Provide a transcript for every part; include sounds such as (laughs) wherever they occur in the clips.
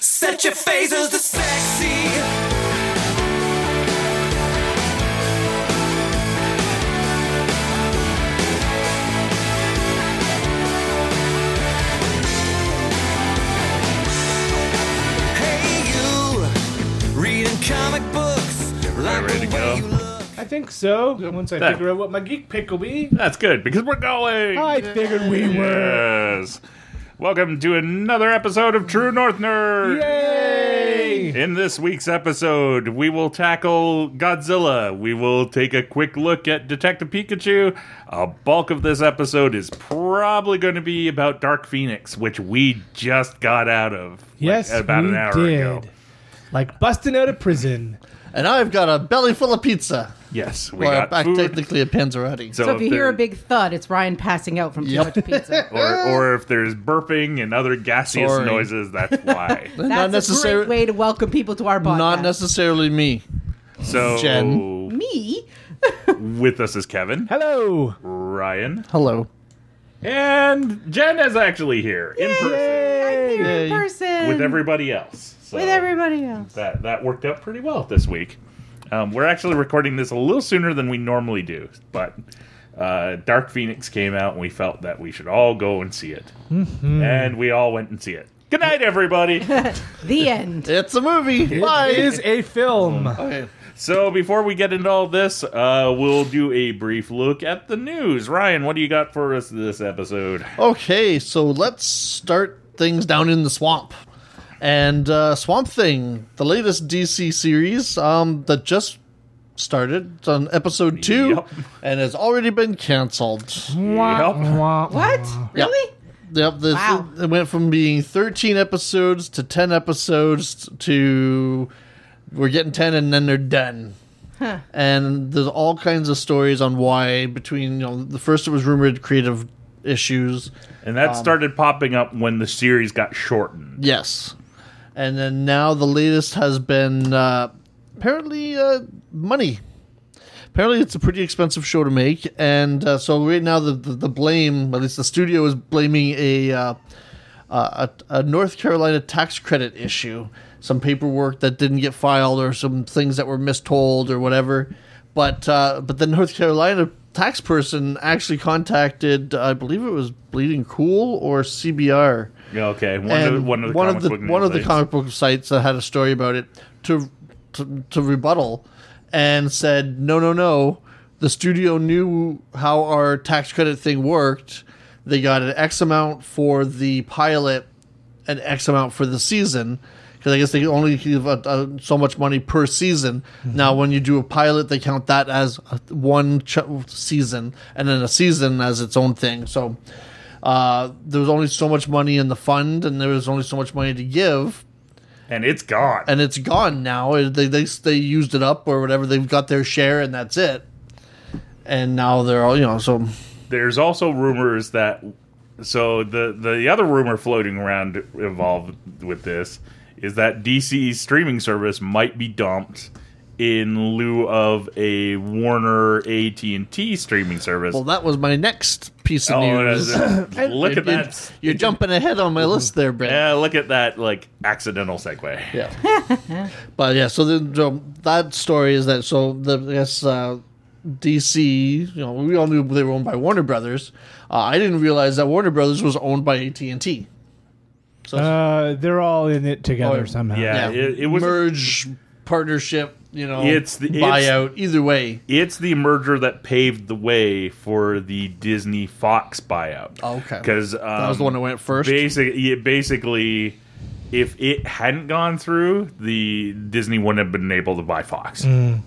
Set your phasers to sexy. Hey, you reading comic books like ready the to way go? you look. I think so. Once I That- figure out what my geek pick will be, That's good because we're going. I figured we were. Yes. Welcome to another episode of True North Nerd. Yay! In this week's episode, we will tackle Godzilla. We will take a quick look at Detective Pikachu. A bulk of this episode is probably going to be about Dark Phoenix, which we just got out of. like, Yes, about we an hour did. ago. Like busting out of prison. And I've got a belly full of pizza. Yes, we Well, got I food. technically a panzerotti. So So if you hear there- a big thud, it's Ryan passing out from too Yep. much pizza. (laughs) or, or if there's burping and other gaseous Sorry. noises, that's (laughs) why. not That's a necessarily great way to welcome people to our podcast. not necessarily me. So Jen. Me? with us is Kevin, Hello. Ryan, Hello. and Jen is actually here in person Here Yay. in person. with everybody else. So with everybody else. that that worked out pretty well this week. Um, we're actually recording this a little sooner than we normally do, but uh, Dark Phoenix came out, and we felt that we should all go and see it, Mm-hmm. and we all went and see it. Good night, (laughs) everybody. The end. It's a movie. Bye. It is a (laughs) film. Okay. so before we get into all this, uh, we'll do a brief look at the news. Ryan, what do you got for us this episode? Okay, so let's start things down in the swamp. And uh, Swamp Thing, the latest DC series um, that just started it's on episode two Yep. Hmm. and has already been canceled. Yep. What? Yep. Really? Yep, this, Wow. it went from being 13 episodes to 10 episodes to we're getting 10 and then they're done. And there's all kinds of stories on why between you know the first it was rumored creative issues. And Um, that started popping up when the series got shortened. Yes. And then now the latest has been uh, apparently uh, money. Apparently, it's a pretty expensive show to make, and uh, so right now the, the the blame, at least the studio, is blaming a, uh, uh, a a North Carolina tax credit issue, some paperwork that didn't get filed, or some things that were mistold, or whatever. But uh, but the North Carolina tax person actually contacted, I believe it was Bleeding Cool or CBR, Okay, one and of one of the one comic of the, book one of the newsletters. comic book sites that had a story about it to, to to rebuttal and said no no no the studio knew how our tax credit thing worked they got an x amount for the pilot an x amount for the season because I guess they only give uh, uh, so much money per season. Now, when you do a pilot, they count that as uh, one ch- season, and then a season as its own thing. So, uh, there was only so much money in the fund, and there was only so much money to give, and it's gone. and it's gone now. It- They they they used it up or whatever. They've got their share, and that's it. And now they're all you know. So There's also rumors that so the the other rumor floating around involved with this is that DC's streaming service might be dumped in lieu of a Warner AT&T streaming service. well, that was my next piece of oh, news. that's- (coughs) look at You're, that. you're jumping ahead on my list there, Brad. Yeah, look at that like accidental segue. Yeah. (laughs) but yeah, so the, um, that story is that so the I guess uh, DC, you know, we all knew they were owned by Warner Brothers. Uh, I didn't realize that Warner Brothers was owned by AT and T. So Uh, they're all in it together Oh, somehow. Yeah, It, it was merge partnership. You know, It's the- it's- buyout. either way, it's the merger that paved the way for the Disney Fox buyout. Oh, okay. because that was the one that went first. Basically, basically, if it hadn't gone through, the Disney wouldn't have been able to buy Fox. Mm.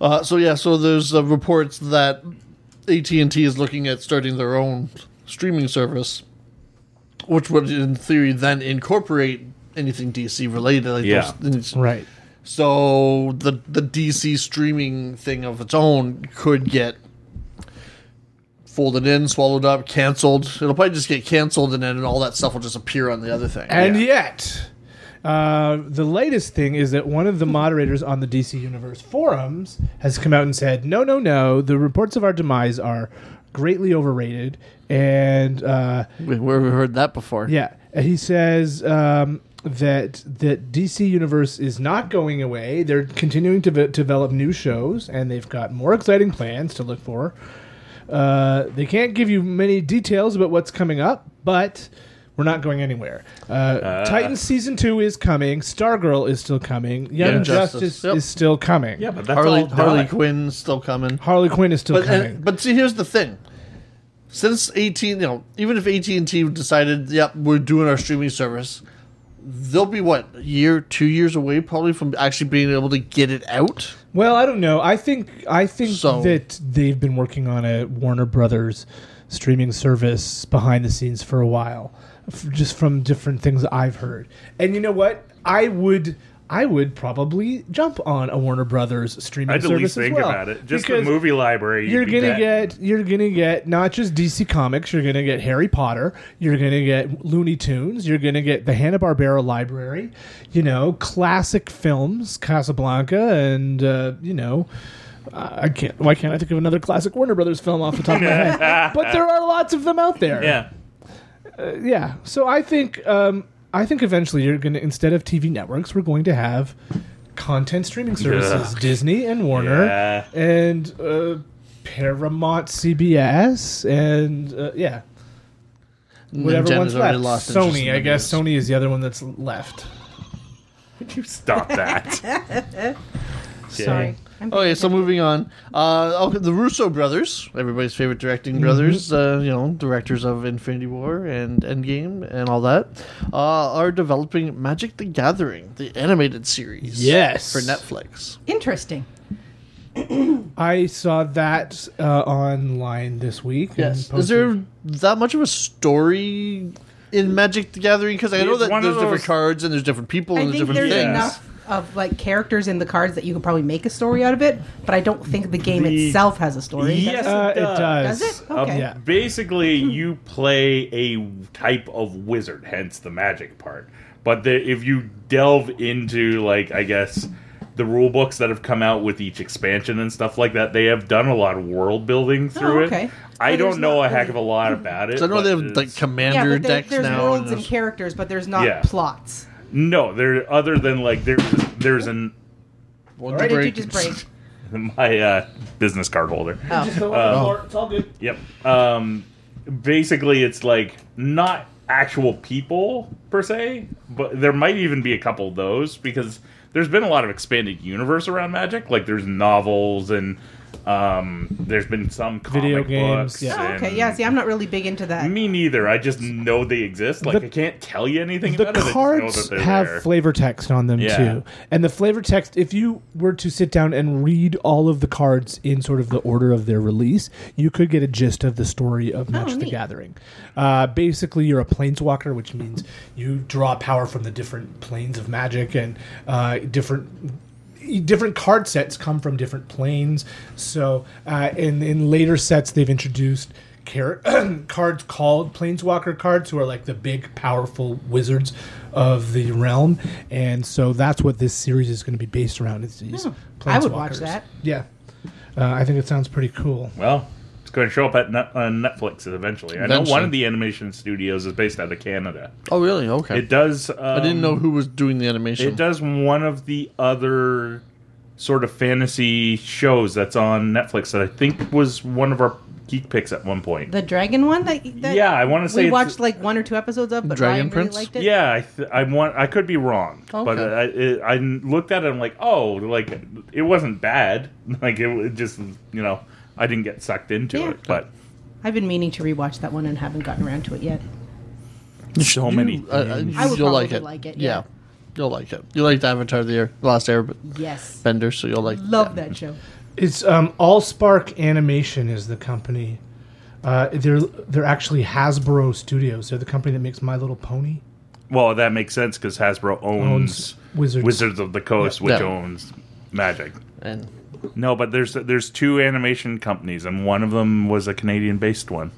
Uh, so yeah, so there's uh, reports that AT and T is looking at starting their own streaming service, which would, in theory, then incorporate anything DC related. Like Yeah. those- Right. So the the DC streaming thing of its own could get folded in, swallowed up, canceled. It'll probably just get canceled, and then all that stuff will just appear on the other thing. And yet, uh, the latest thing is that one of the moderators on the DC Universe forums has come out and said, "No, no, no. The reports of our demise are greatly overrated." And uh, We- Where we heard that before? yeah, And he says um, that that DC Universe is not going away. They're continuing to ve- develop new shows, and they've got more exciting plans to look for. Uh, they can't give you many details about what's coming up, but we're not going anywhere. Uh, Titans season two is coming. Stargirl is still coming. Young Yeah. Justice, Justice. Yep. is still coming. Yeah, but that's Harley all Harley done. Quinn's still coming. Harley Quinn is still But uh, coming. and, but see, here's the thing. Since eighteen, you know, even if AT and T decided, yep, we're doing our streaming service, they'll be what a year, two years away probably from actually being able to get it out. Well, I don't know. I think I think So- that they've been working on a Warner Brothers streaming service behind the scenes for a while, f- just from different things I've heard. And you know what? I would I would probably jump on a Warner Brothers streaming I'd at service least as think well, about it. Just the because movie library. You're you'd be gonna dead. get you're gonna get not just DC Comics. You're gonna get Harry Potter. You're gonna get Looney Tunes. You're gonna get the Hanna Barbera Library. You know, classic films, Casablanca, and uh, you know. I can't. Why can't I think of another classic Warner Brothers film off the top of my (laughs) head? But there are lots of them out there. yeah. Yeah. So I think um, I think eventually you're going to instead of TV networks, we're going to have content streaming services, Ugh. Disney and Warner Yeah. and uh, Paramount, CBS, and uh, yeah, whatever Nintendo's one's already left. lost interest in Sony, I the guess. news. Sony is the other one that's left. Would you (laughs) stop that? (laughs) Sorry. I'm Okay, Oh, so moving on. Uh, okay, the Russo brothers, everybody's favorite Mm-hmm. directing brothers, uh, you know, directors of Infinity War and Endgame and all that, uh, are developing Magic the Gathering, the animated series. Yes. For Netflix. Interesting. I saw that uh, online this week. and Yes. Is posted- there that much of a story in Magic the Gathering? Because I know It's that one of there's different those- cards and there's different people I and there's think different there's things. enough of like characters in the cards that you could probably make a story out of it, but I don't think the game The- itself has a story. Yes, Does Uh, it does. does. it? Does it? Uh, Okay. yeah. Basically, you play a type of wizard, hence the magic part. But the, if you delve into, like, I guess, the rule books that have come out with each expansion and stuff like that, they have done a lot of world building through Oh, okay. it. I But don't there's know not a heck really- Hmm. of a lot about it. So I know but they have it's- like Yeah, commander but there- decks there's now. worlds and there's- characters, but there's not Yeah. plots. no, there other than like there's there's an (laughs) Well, Or the did you break- just (laughs) break? my uh, business card holder. Oh. it's all good. Yep. Um, basically, it's like not actual people per se, but there might even be a couple of those because there's been a lot of expanded universe around Magic. Like there's novels and um, there's been some comic Video games, books yeah. Oh, okay. and- Yeah. See, I'm not really big into that. Me neither. I just know they exist. Like The- I can't tell you anything the about it. I just know cards that they're have there. flavor text on them Yeah. too and the flavor text if you were to sit down and read all of the cards in sort of the order of their release you could get a gist of the story Oh, of Match the neat. gathering uh, basically you're a planeswalker which means you draw power from the different planes of magic and uh, different different card sets come from different planes. So uh, in in later sets, they've introduced car- (clears throat) cards called Planeswalker cards, who are like the big, powerful wizards of the realm. And so that's what this series is going to be based around. Is these Hmm. I would watch Planeswalkers. that. Yeah, uh, I think it sounds pretty cool. Well, it's going to show up at net, on Netflix eventually. I know one Eventually. of the animation studios is based out of Canada. Oh, really? Okay. It does. Um, I didn't know who was doing the animation. It does one of the other sort of fantasy shows that's on Netflix that I think was one of our geek picks at one point. The dragon one that, that Yeah, I wanna say we it's- watched like one or two episodes of, but Dragon Ryan really Prince? liked it. Yeah, I, th- I want. I could be wrong, but Okay. I, it, I looked at it. I'm like, oh, like it wasn't bad. (laughs) Like it, it just, you know, I didn't get sucked into Yeah. it. But I've been meaning to rewatch that one and haven't gotten around to it yet. so many. I, I, I would you'll like probably it. like it, Yeah. yeah. You'll like it. You liked Avatar the, Air, the Last Airbender, Yes, so you'll like love that show. It's um, AllSpark Animation is the company. Uh, they're they're actually Hasbro Studios. They're the company that makes My Little Pony. well, that makes sense because Hasbro owns, Owns Wizards. Wizards of the Coast, which Yeah. owns Magic. And No, but there's there's two animation companies, and one of them was a Canadian based one.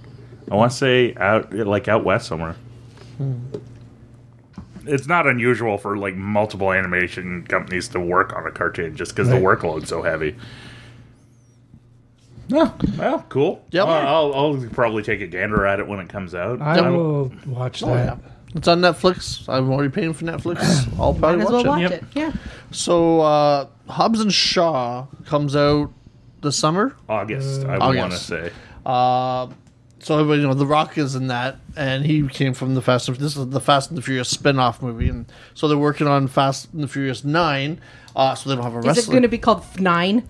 I want to say out like out west somewhere. Hmm. It's not unusual for like multiple animation companies to work on a cartoon just because Right. the workload's so heavy. No, well, cool. Yep. Well, I'll, I'll probably take a gander at it when it comes out. I Yep. Oh, will watch that. yeah. It's on Netflix. I'm already paying for Netflix. I'll probably Might as watch well it. watch Yep. it. Yeah. So uh, Hobbs and Shaw comes out this summer. August, I August. want to say. Uh, so everybody, you know, The Rock is in that, and he came from the Fast. and This is the Fast and the Furious spin-off movie, and so they're working on Fast and the Furious Nine. Uh, so they don't have a Is it wrestler. going to be called F- Nine?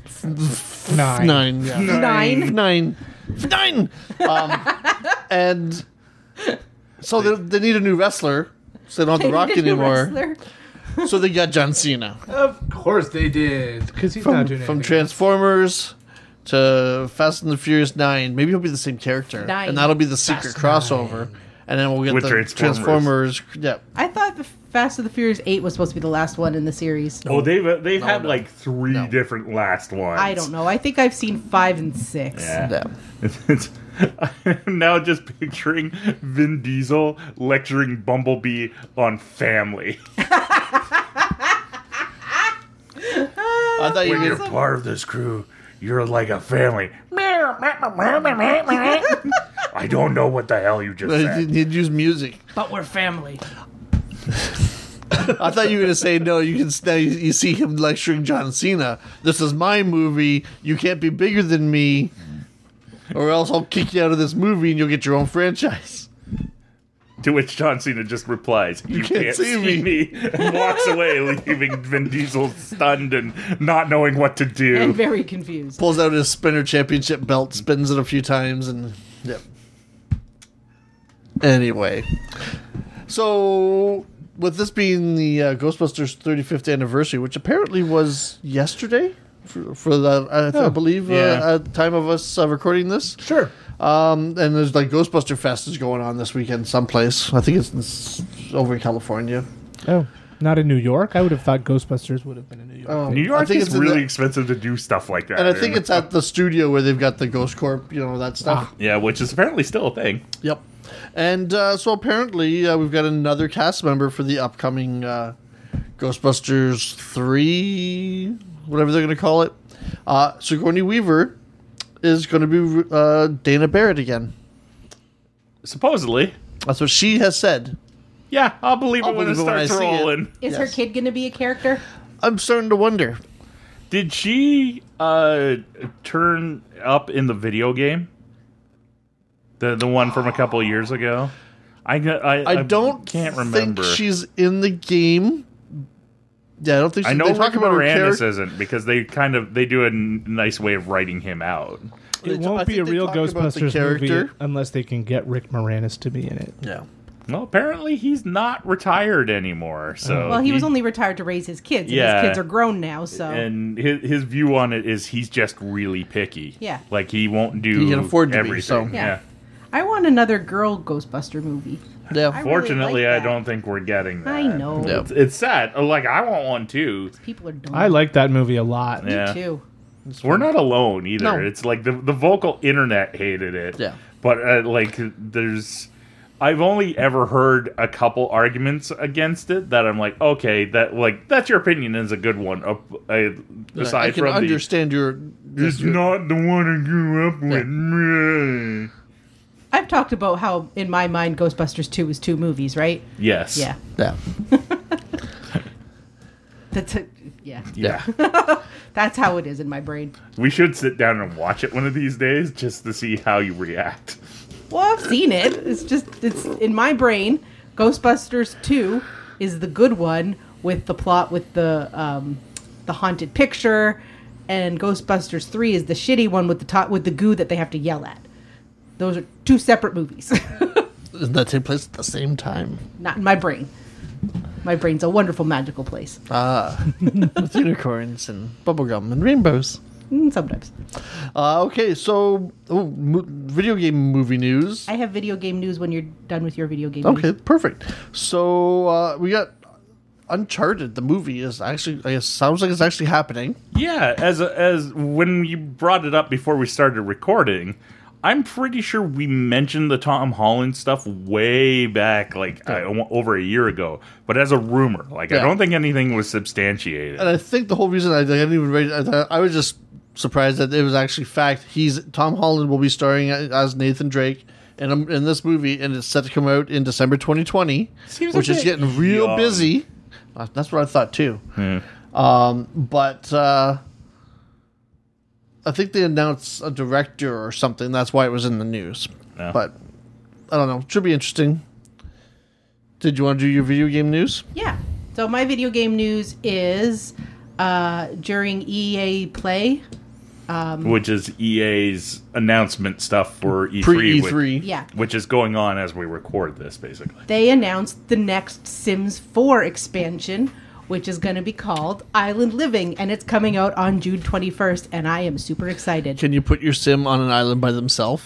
Nine. nine? Yeah. Nine. nine, nine, um, (laughs) and so they, they need a new wrestler. So they don't have the Rock Did you anymore. wrestler? So they got John Cena Of course they did, because he's not from, doing from anything. Transformers to Fast and the Furious Nine. Maybe he'll be the same character, Nine. and that'll be the secret crossover. And then we'll get With the Transformers. Transformers. Yeah, I thought the Fast and the Furious Eight was supposed to be the last one in the series. Oh, they've they've had no. like three No. different last ones. I don't know. I think I've seen five and six. Yeah. yeah. It's- I'm now just picturing Vin Diesel lecturing Bumblebee on family. I thought you When were you're gonna- part of this crew, you're like a family. I don't know what the hell you just uh, said. you'd you'd use music. But we're family. (laughs) I thought you were going to say no. You can now you, you see him lecturing John Cena. This is my movie. You can't be bigger than me, or else I'll kick you out of this movie and you'll get your own franchise. To which John Cena just replies, "You, can't see me. and walks away, leaving Vin Diesel stunned and not knowing what to do. And very confused. Pulls out his spinner championship belt, spins it a few times, and yep. Anyway, so with this being the uh, Ghostbusters 35th anniversary, which apparently was yesterday. For, for the, I, I believe, Oh, Yeah. uh, at the time of us uh, recording this, Sure. Um, and there's like Ghostbuster Fest is going on this weekend someplace. I think it's in, s- over in California. Oh, not in New York. I would have thought Ghostbusters would have been in New York. Um, New York I think is in really the, expensive to do stuff like that. and I think in. it's at the studio where they've got the Ghost Corp, you know that stuff. yeah, which is apparently still a thing. Yep. And uh, so apparently uh, we've got another cast member for the upcoming uh, Ghostbusters 3, whatever they're going to call it. Uh, Sigourney Weaver is going to be uh, Dana Barrett again. Supposedly. That's what she has said. Yeah, I'll believe I'll it when it believe it when starts I see it. rolling. Is her Yes. kid going to be a character? I'm starting to wonder. Did she uh turn up in the video game? The the one from a couple years ago. I I, I don't can't think remember. she's in the game. Yeah, I don't think. She, I know they talk Rick about her Moranis character. isn't because they kind of they do a n- nice way of writing him out. I It won't think be a they real talk about the Ghostbusters movie character. unless they can get Rick Moranis to be in it. Yeah, Well, apparently he's not retired anymore. So Well, he was only retired to raise his kids. and Oh, Yeah. His kids are grown now, so. and his his view on it is he's just really picky. Yeah. like he won't do He can afford to be, everything. so- Yeah. I want another girl Ghostbuster movie. yeah. really Fortunately, like I that. don't think we're getting that. I know. Yeah. It's, it's sad. Uh, Like I want one too. People are dumb. I like that movie a lot. Me Yeah. too. We're not alone either. No. It's like the the vocal internet hated it. Yeah. But uh, like there's I've only ever heard a couple arguments against it that I'm like, okay, that like that's your opinion is a good one. Up, I, aside I can from the understand your. it's your- not the one I grew up with. I've talked about how, in my mind, Ghostbusters 2 is two movies, right? Yes. Yeah. Yeah, That's a, yeah. Yeah. That's how it is in my brain. we should sit down and watch it one of these days just to see how you react. Well, I've seen it. It's just it's in my brain. Ghostbusters Two is the good one with the plot with the um, the haunted picture, and Ghostbusters Three is the shitty one with the top with the goo that they have to yell at. Those are two separate movies, (laughs) doesn't that take place at the same time? not in my brain. My brain's a wonderful, magical place. (laughs) With unicorns and bubblegum and rainbows. Mm, Sometimes Uh, okay, so oh, mo- video game movie news. I have video game news when you're done with your video game. Okay, news. perfect. So uh, we got Uncharted. The movie is actually. I guess sounds like it's actually happening. Yeah, as as when you brought it up before we started recording, I'm pretty sure we mentioned the Tom Holland stuff way back, like I- over a year ago, but as a rumor. Like I Yeah. Um, don't think anything was substantiated. and I think the whole reason I, I didn't even read it, I, I was just surprised that it was actually fact. He's Tom Holland will be starring as Nathan Drake and um, in this movie, and it's set to come out in December 2020, Seems a which is bit getting real young. busy. Uh, That's what I thought too. Um, but uh, I think they announced a director or something. That's why it was in the news. Yeah. But I don't know. Should be interesting. Did you want to do your video game news? Yeah. So my video game news is uh, during EA Play. which is EA's announcement stuff for E3, Pre E which- E3. Yeah. which is going on as we record this, basically. They announced the next Sims 4 expansion, which is going to be called Island Living, and it's coming out on June 21st, and I am super excited. Can you put your sim on an island by themselves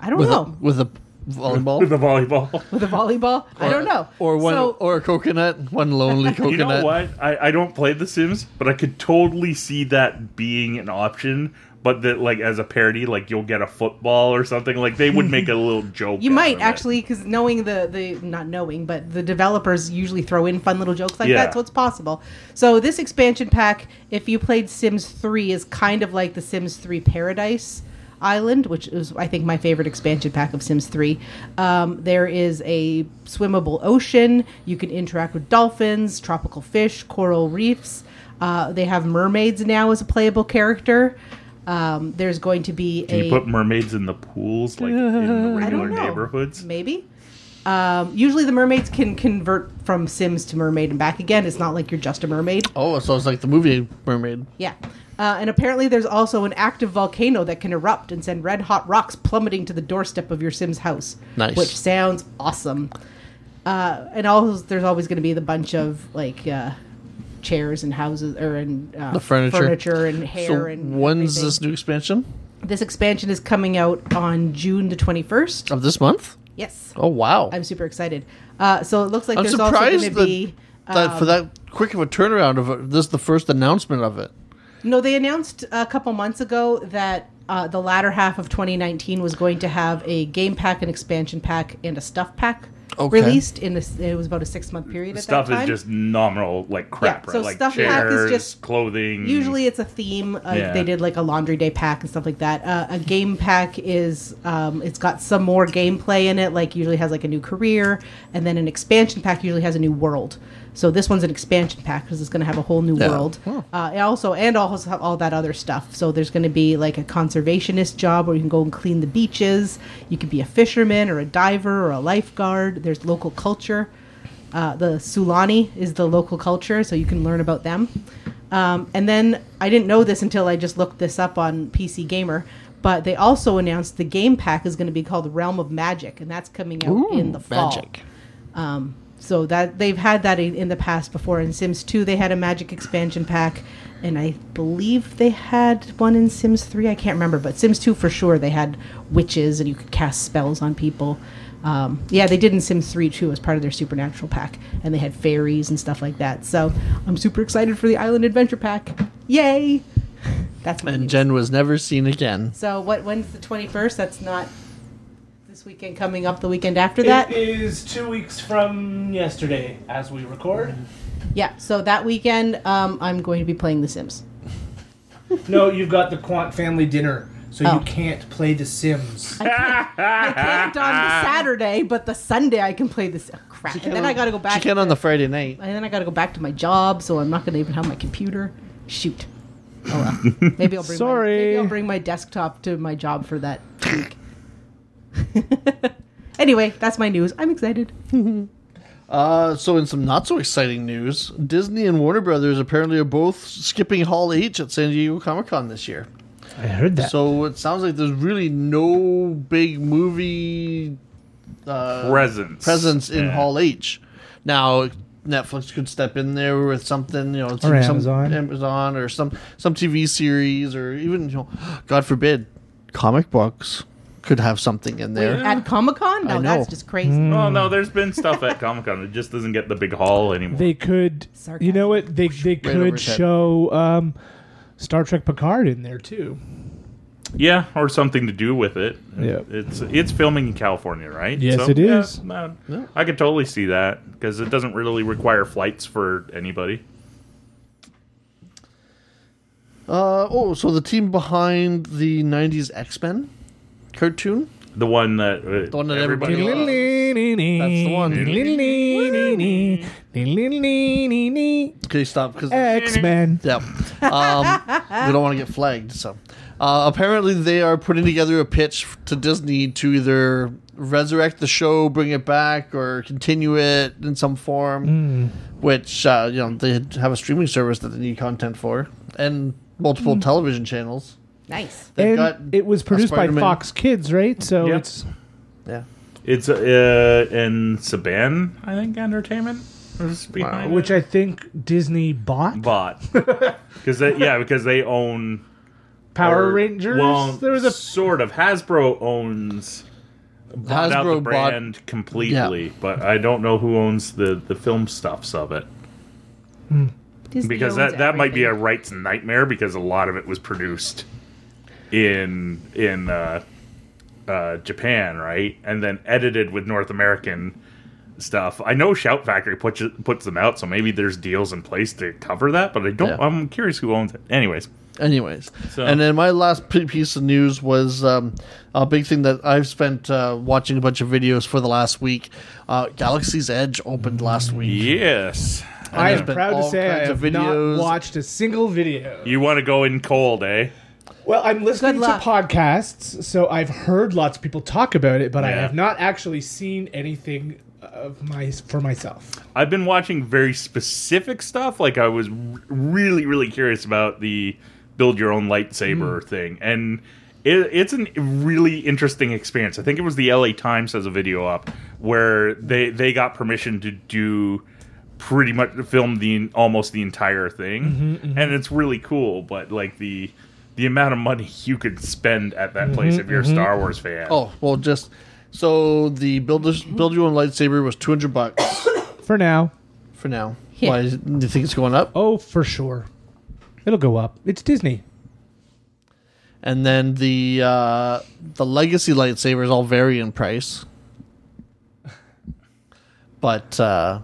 I don't with a, know. with a volleyball? With the volleyball. With a volleyball? I don't know. Or one So- or a coconut, one (laughs) lonely coconut. You know what? I, I don't play The Sims, but I could totally see that being an option. But that, like, as a parody, like you'll get a football or something. Like they would make a (laughs) little joke. You out might of it. actually, because knowing the the not knowing, but the developers usually throw in fun little jokes like Yeah. that, so it's possible. So this expansion pack, if you played Sims Three, is kind of like the Sims Three Paradise Island, which is I think my favorite expansion pack of Sims Three. Um, there is a swimmable ocean. You can interact with dolphins, tropical fish, coral reefs. Uh, they have mermaids now as a playable character. Um, there's going to be Can a you put mermaids in the pools, like in the (laughs) I regular don't know. neighborhoods? Maybe. Um, usually the mermaids can convert from Sims to mermaid and back again. It's not like you're just a mermaid. Oh, so it's like the movie Mermaid. Yeah. Uh, and apparently there's also an active volcano that can erupt and send red hot rocks plummeting to the doorstep of your Sims house. Nice. Which sounds awesome. Uh, and also there's always going to be the bunch of like uh, chairs and houses or and uh, The furniture. and hair so and when's everything. this new expansion This expansion is coming out on June the 21st. of this month? Yes. Oh wow! I'm super excited. Uh, so it looks like I'm there's also going to surprised that, be. uh, that um, for that quick of a turnaround of it, this is the first announcement of it. No, they announced a couple months ago that uh, the latter half of 2019 was going to have a game pack, an expansion pack, and a stuff pack Okay. released. In a, it was about a six month period. At Stuff that is time. just nominal, like crap, right? Yeah, so like stuff pack is chairs, just- clothing. (laughs) Usually it's a theme. Uh, Yeah. They did like a laundry day pack and stuff like that. Uh, a game pack is um, it's got some more gameplay in it. Like usually has like a new career, and then an expansion pack usually has a new world. So this one's an expansion pack because it's going to have a whole new Yeah. world. Uh, and also and also have all that other stuff. So there's going to be like a conservationist job where you can go and clean the beaches. You could be a fisherman or a diver or a lifeguard. There's local culture. Uh, the Sulani is the local culture, so you can learn about them. Um, and then I didn't know this until I just looked this up on PC Gamer, but they also announced the game pack is going to be called Realm of Magic, and that's coming out in the fall. Magic. Um, so that they've had that in, in the past before. In Sims 2, they had a Magic expansion pack, and I believe they had one in Sims 3. I can't remember, but Sims 2 for sure they had witches and you could cast spells on people. Um, yeah, they did in Sims 3 too as part of their supernatural pack, and they had fairies and stuff like that. So I'm super excited for the Island Adventure Pack. Yay! (laughs) That's my And news. Jen was never seen again. So what? When's the 21st? That's not this weekend. Coming up the weekend after that. It is two weeks from yesterday as we record. Yeah, so that weekend um, I'm going to be playing The Sims. No, you've got the Quant family dinner, so Oh. you can't play The Sims. I can't on Ah. the Saturday, but the Sunday I can play this. Oh, crap! And then I got to go She back. can on the Friday night. and then I got to go back to my job, so I'm not going to even have my computer. Shoot. Oh (laughs) well. Maybe I'll bring. Sorry. My, maybe I'll bring my desktop to my job for that week. (laughs) anyway, that's my news. I'm excited. Uh, so in some not so exciting news, Disney and Warner Brothers apparently are both skipping Hall H at San Diego Comic Con this year. I heard that. So it sounds like there's really no big movie uh, presence. presence in Yeah. Hall H. Now Netflix could step in there with something, you know, Or some, Amazon. Amazon or some some TV series, or even you know, God forbid, comic books could have something in there. At Comic Con, I no, know. that's just crazy. Well, Oh, no, there's been stuff at Comic Con. It just doesn't get the big haul anymore. They could, Sarcasm. you know what? They they over could his head. show um, Star Trek Picard in there too. Yeah, or something to do with it. Yeah. It's it's filming in California, right? Yes, it yeah, is. no, I could totally see that because it doesn't really require flights for anybody. Uh, oh, so the team behind the '90s X Men cartoon the one that The one that everybody everybody, loves. That's the one. Okay, stop. Because X Men. Yep. Um, we don't want to get flagged. So, uh, apparently, they are putting together a pitch to Disney to either resurrect the show, bring it back, or continue it in some form. Hmm. Which uh, you know they have a streaming service that they need content for, and multiple television channels. Nice. They've Hmm. And it was produced by Spider-Man. Fox Kids, right? So Yep. it's Yeah. It's uh, in Saban, I think, Entertainment was behind which I think Disney bought. (laughs) bought because yeah, because they own Power or- Rangers. Well, there was a sort of Hasbro owns bought out the Hasbro bought- brand completely, but I don't know who owns the the film stuffs of it Disney because owns that that might be a everything. rights nightmare because a lot of it was produced in in uh, uh, Japan, right, and then edited with North American stuff. I know Shout Factory puts it- puts them out, so maybe there's deals in place to cover that. But I don't. Yeah. I'm curious who owns it. Anyways, Anyways, So- and then my last p- piece of news was um, a big thing that I've spent uh, watching a bunch of videos for the last week. Uh, Galaxy's Edge opened last week. yes, I there's am been proud to all say I kinds have of videos. not watched a single video. you want to go in cold, eh? Well, I'm listening Good to luck. podcasts, so I've heard lots of people talk about it, but I Yeah. have not actually seen anything of my for myself. I've been watching very specific stuff. Like I was r- really, really curious about the build your own lightsaber thing, and it, it's a really interesting experience. I think it was the L.A. Times has a video up where they they got permission to do pretty much film the almost the entire thing, and it's really cool. But like the the amount of money (laughs) you could spend at that place if you're a Star Wars fan. Oh well, just so the build build your own lightsaber was two hundred bucks (coughs) For now, for now. Yeah. Why is, do you think it's going up? oh for sure, it'll go up. It's Disney. And then the uh, the legacy lightsabers all vary in price, but uh,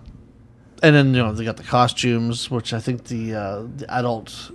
and then you know they got the costumes, which I think the uh, the adult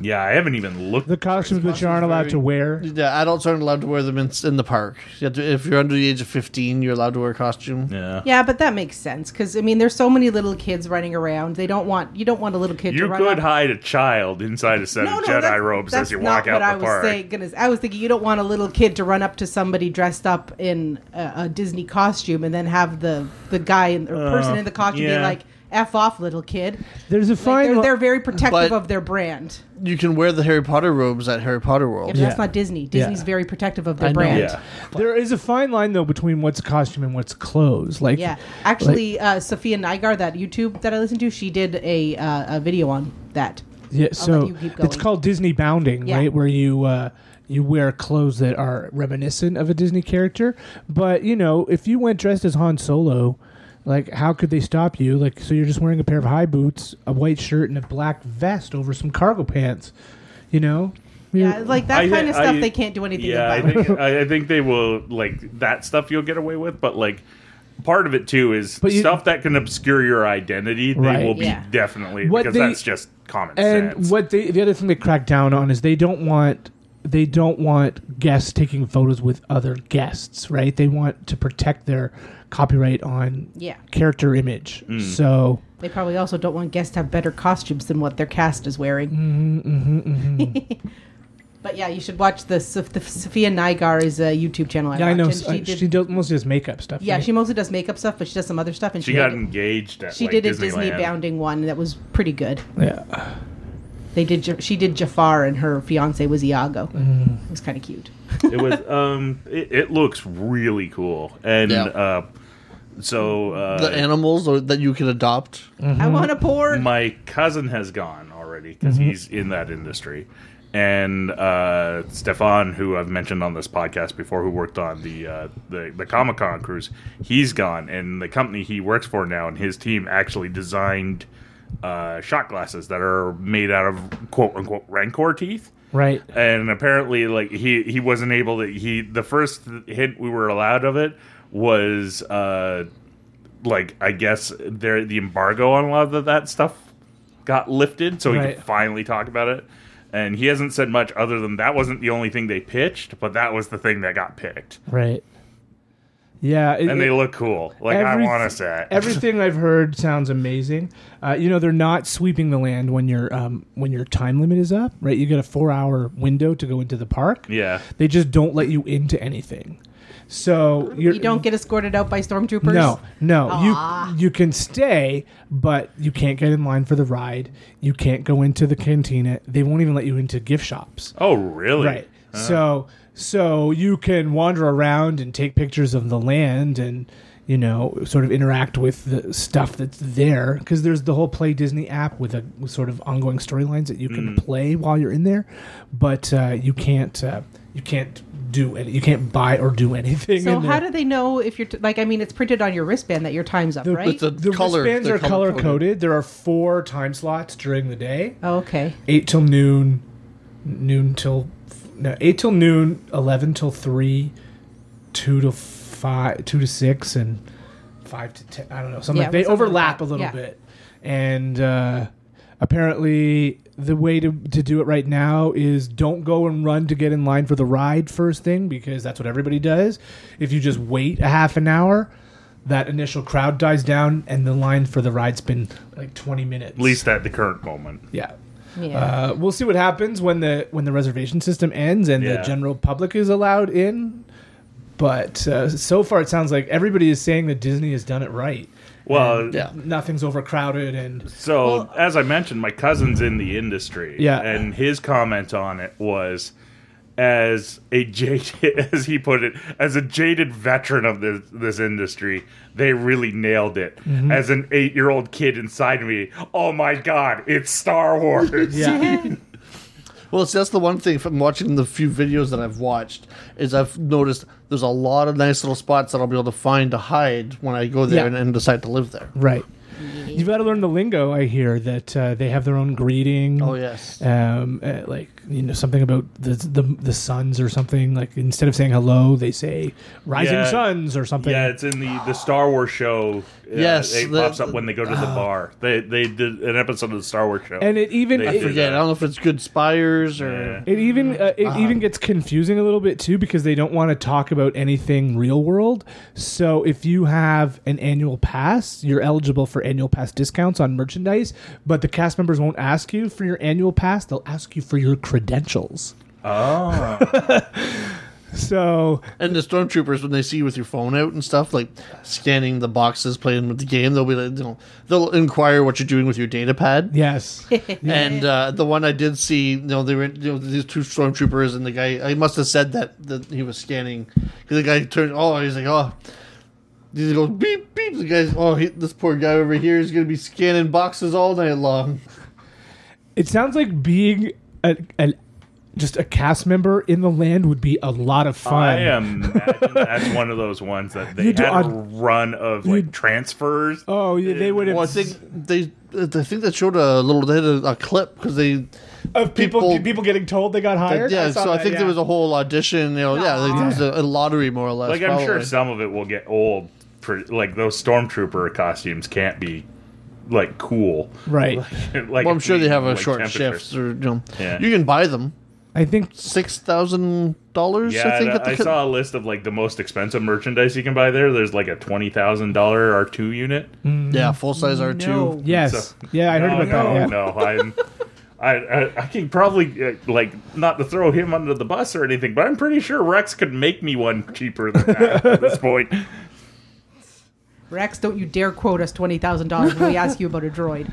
yeah, I haven't even looked. The costumes which you aren't allowed to wear. the adults aren't allowed to wear them in, in the park. You have to, if you're under the age of fifteen, you're allowed to wear a costume. yeah. Yeah, but that makes sense because I mean, there's so many little kids running around. They don't want you don't want a little kid to You run. could up- hide a child inside a set of Jedi that's- robes that's as you walk not out what the I was park. saying. Goodness, I was thinking you don't want a little kid to run up to somebody dressed up in a, a Disney costume and then have the the guy in, or person in the costume yeah. be like, "F off, little kid." There's a Like, fine. they're, li- they're very protective But- of their brand. You can wear the Harry Potter robes at Harry Potter Yeah, World. but Yeah. That's not Disney. Disney's Yeah. very protective of their I know. brand. Yeah. there is a fine line though between what's costume and what's clothes. Like Yeah, actually, uh, Sophia Nygaard, that YouTube that I listened to, she did a uh, a video on that. Yeah, so you keep it's going. called Disney bounding, Yeah. right? Where you uh, you wear clothes that are reminiscent of a Disney character, but you know, if you went dressed as Han Solo, like how could they stop you? Like, so you're just wearing a pair of high boots, a white shirt, and a black vest over some cargo pants, you know? Yeah, like that I kind thi- of stuff. I- they can't do anything Yeah, I about. think I, I think they will like that stuff you'll get away with, but like part of it too is But you- stuff that can obscure your identity. They Right. will be Yeah. definitely What because they- that's just common And sense. what they, the other thing they crack down on is they don't want they don't want guests taking photos with other guests, right? They want to protect their copyright on Yeah. character image. Hmm. So They probably also don't want guests to have better costumes than what their cast is wearing. Mm-hmm, (laughs) but yeah, you should watch the, Sof- the Sophia Nygar is a YouTube channel. I, Yeah, I know. watch, She, and She did, she does mostly does makeup stuff. yeah, right? she mostly does makeup stuff, but she does some other stuff. And she, she got did- engaged at she like, did a Disney Disneyland. bounding one that was pretty good. yeah. They did. Ja- She did Jafar, and her fiance was Iago. Mm-hmm. It was kind of cute. it was um it, it looks really cool. And Yeah. uh so uh The animals or, that you can adopt. Mm-hmm. I want a porn. my cousin has gone already because he's in that industry and uh, stefan who i've mentioned on this podcast before who worked on the uh, the, the comic-con cruise he's gone and the company he works for now and his team actually designed uh, shot glasses that are made out of quote unquote rancor teeth Right. and apparently like he he wasn't able to he the first hint we were allowed of it was uh like i guess there the embargo on a lot of that stuff got lifted so he Right. could finally talk about it and he hasn't said much other than that wasn't the only thing they pitched, but that was the thing that got picked, Right. Yeah. it- and they it- look cool. Like I everyth- want a set. everything I've heard sounds amazing. Uh, you know, they're not sweeping the land when your um, when your time limit is up, right? You get a four hour window to go into the park. yeah, They just don't let you into anything. So you're, You don't get escorted out by stormtroopers. no, no. Aw. You you can stay, but you can't get in line for the ride. You can't go into the cantina. They won't even let you into gift shops. Oh, really? Right. Uh-huh. So so you can wander around and take pictures of the land and you know sort of interact with the stuff that's there because there's the whole play disney app with a with sort of ongoing storylines that you can play while you're in there but uh, you can't uh, you can't do any you can't buy or do anything So in how there. do they know if you're t- like? I mean, it's printed on your wristband that your time's up, right? It's a the color. wristbands they're are color color-coded. coded. There are four time slots during the day: oh, okay. eight till noon, noon till no, eight till noon, eleven till three, two to five, two to six, and five to ten. I don't know. Something Yeah, like- they something like overlap that. a little Yeah. bit, and uh, apparently the way to, to do it right now is don't go and run to get in line for the ride first thing because that's what everybody does. If you just wait a half an hour. That initial crowd dies down, and the line for the ride's been like twenty At minutes. least at the current moment. yeah. Yeah. Uh, we'll see what happens when the when the reservation system ends and the Yeah. general public is allowed in. But uh, so far, it sounds like everybody is saying that Disney has done it right. Well, Yeah. Nothing's overcrowded, and So, as I mentioned, my cousin's in the industry. Yeah. And his comment on it was as a jaded (laughs) as he put it, as a jaded veteran of this this industry, they really nailed it. Mm-hmm. As an 8-year-old kid inside me, oh my god, it's Star Wars. (laughs) yeah, (laughs) Well, see, that's the one thing from watching the few videos that I've watched is I've noticed there's a lot of nice little spots that I'll be able to find to hide when I go Yeah. there Mm-hmm. and, and decide to live there. right. You've got to learn the lingo. I hear that uh, they have their own greeting. Oh yes, Um, uh, like you know something about the the the suns or something. Like instead of saying hello, they say rising Yeah. suns or something. Yeah, it's in the, the Star Wars show. uh, Yes, it the- pops up when they go to the bar. They they did an episode of the Star Wars show. uh, and it even They it- do I forget. I don't know if it's good spires or Yeah. It even uh, it even gets confusing a little bit too because they don't want to talk about anything real world. So if you have an annual pass, you're eligible for annual pass discounts on merchandise, but the cast members won't ask you for your annual pass, they'll ask you for your credentials. oh, (laughs) So and the stormtroopers when they see you with your phone out and stuff, like scanning the boxes, playing with the game. They'll be like, you know, they'll inquire what you're doing with your data pad. yes. And uh, the one I did see, you know, they were you know these two stormtroopers, and the guy I must have said that that he was scanning because the guy turned. Oh, he's like, oh, he goes beep beep. The guy's oh, he, this poor guy over here is gonna be scanning boxes all night long. It sounds like being a, a just a cast member in the land would be a lot of fun. Ah, I imagine that's one of those ones that they You do- had a on- run of like transfers. Oh, yeah, they would have Well, I think they, I think that showed a little, they had a, a clip because they. of people people, people- getting told they got hired. yeah, saw so I that, think yeah. there was a whole audition. You know, yeah, like, there was a, a lottery more or less. like I'm sure probably. some of it will get old. For, like those stormtrooper costumes can't be like cool. (laughs) (laughs) right. like Well, I'm sure they have a like, short temperature. shifts, or you know, Yeah. you can buy them (laughs) I think six thousand dollars. Yeah, I think I, at the I co- saw a list of like the most expensive merchandise you can buy there. There's like a twenty thousand dollar R two unit. Yeah, Mm, full size R two. No. Yes. So- yeah, I heard no, about no, that. Yeah. No, I'm. I, I, I can probably uh, like not to throw him under the bus or anything, but I'm pretty sure Rex could make me one cheaper than that at this point. Rex, don't you dare quote us twenty thousand dollars when we ask you about a droid.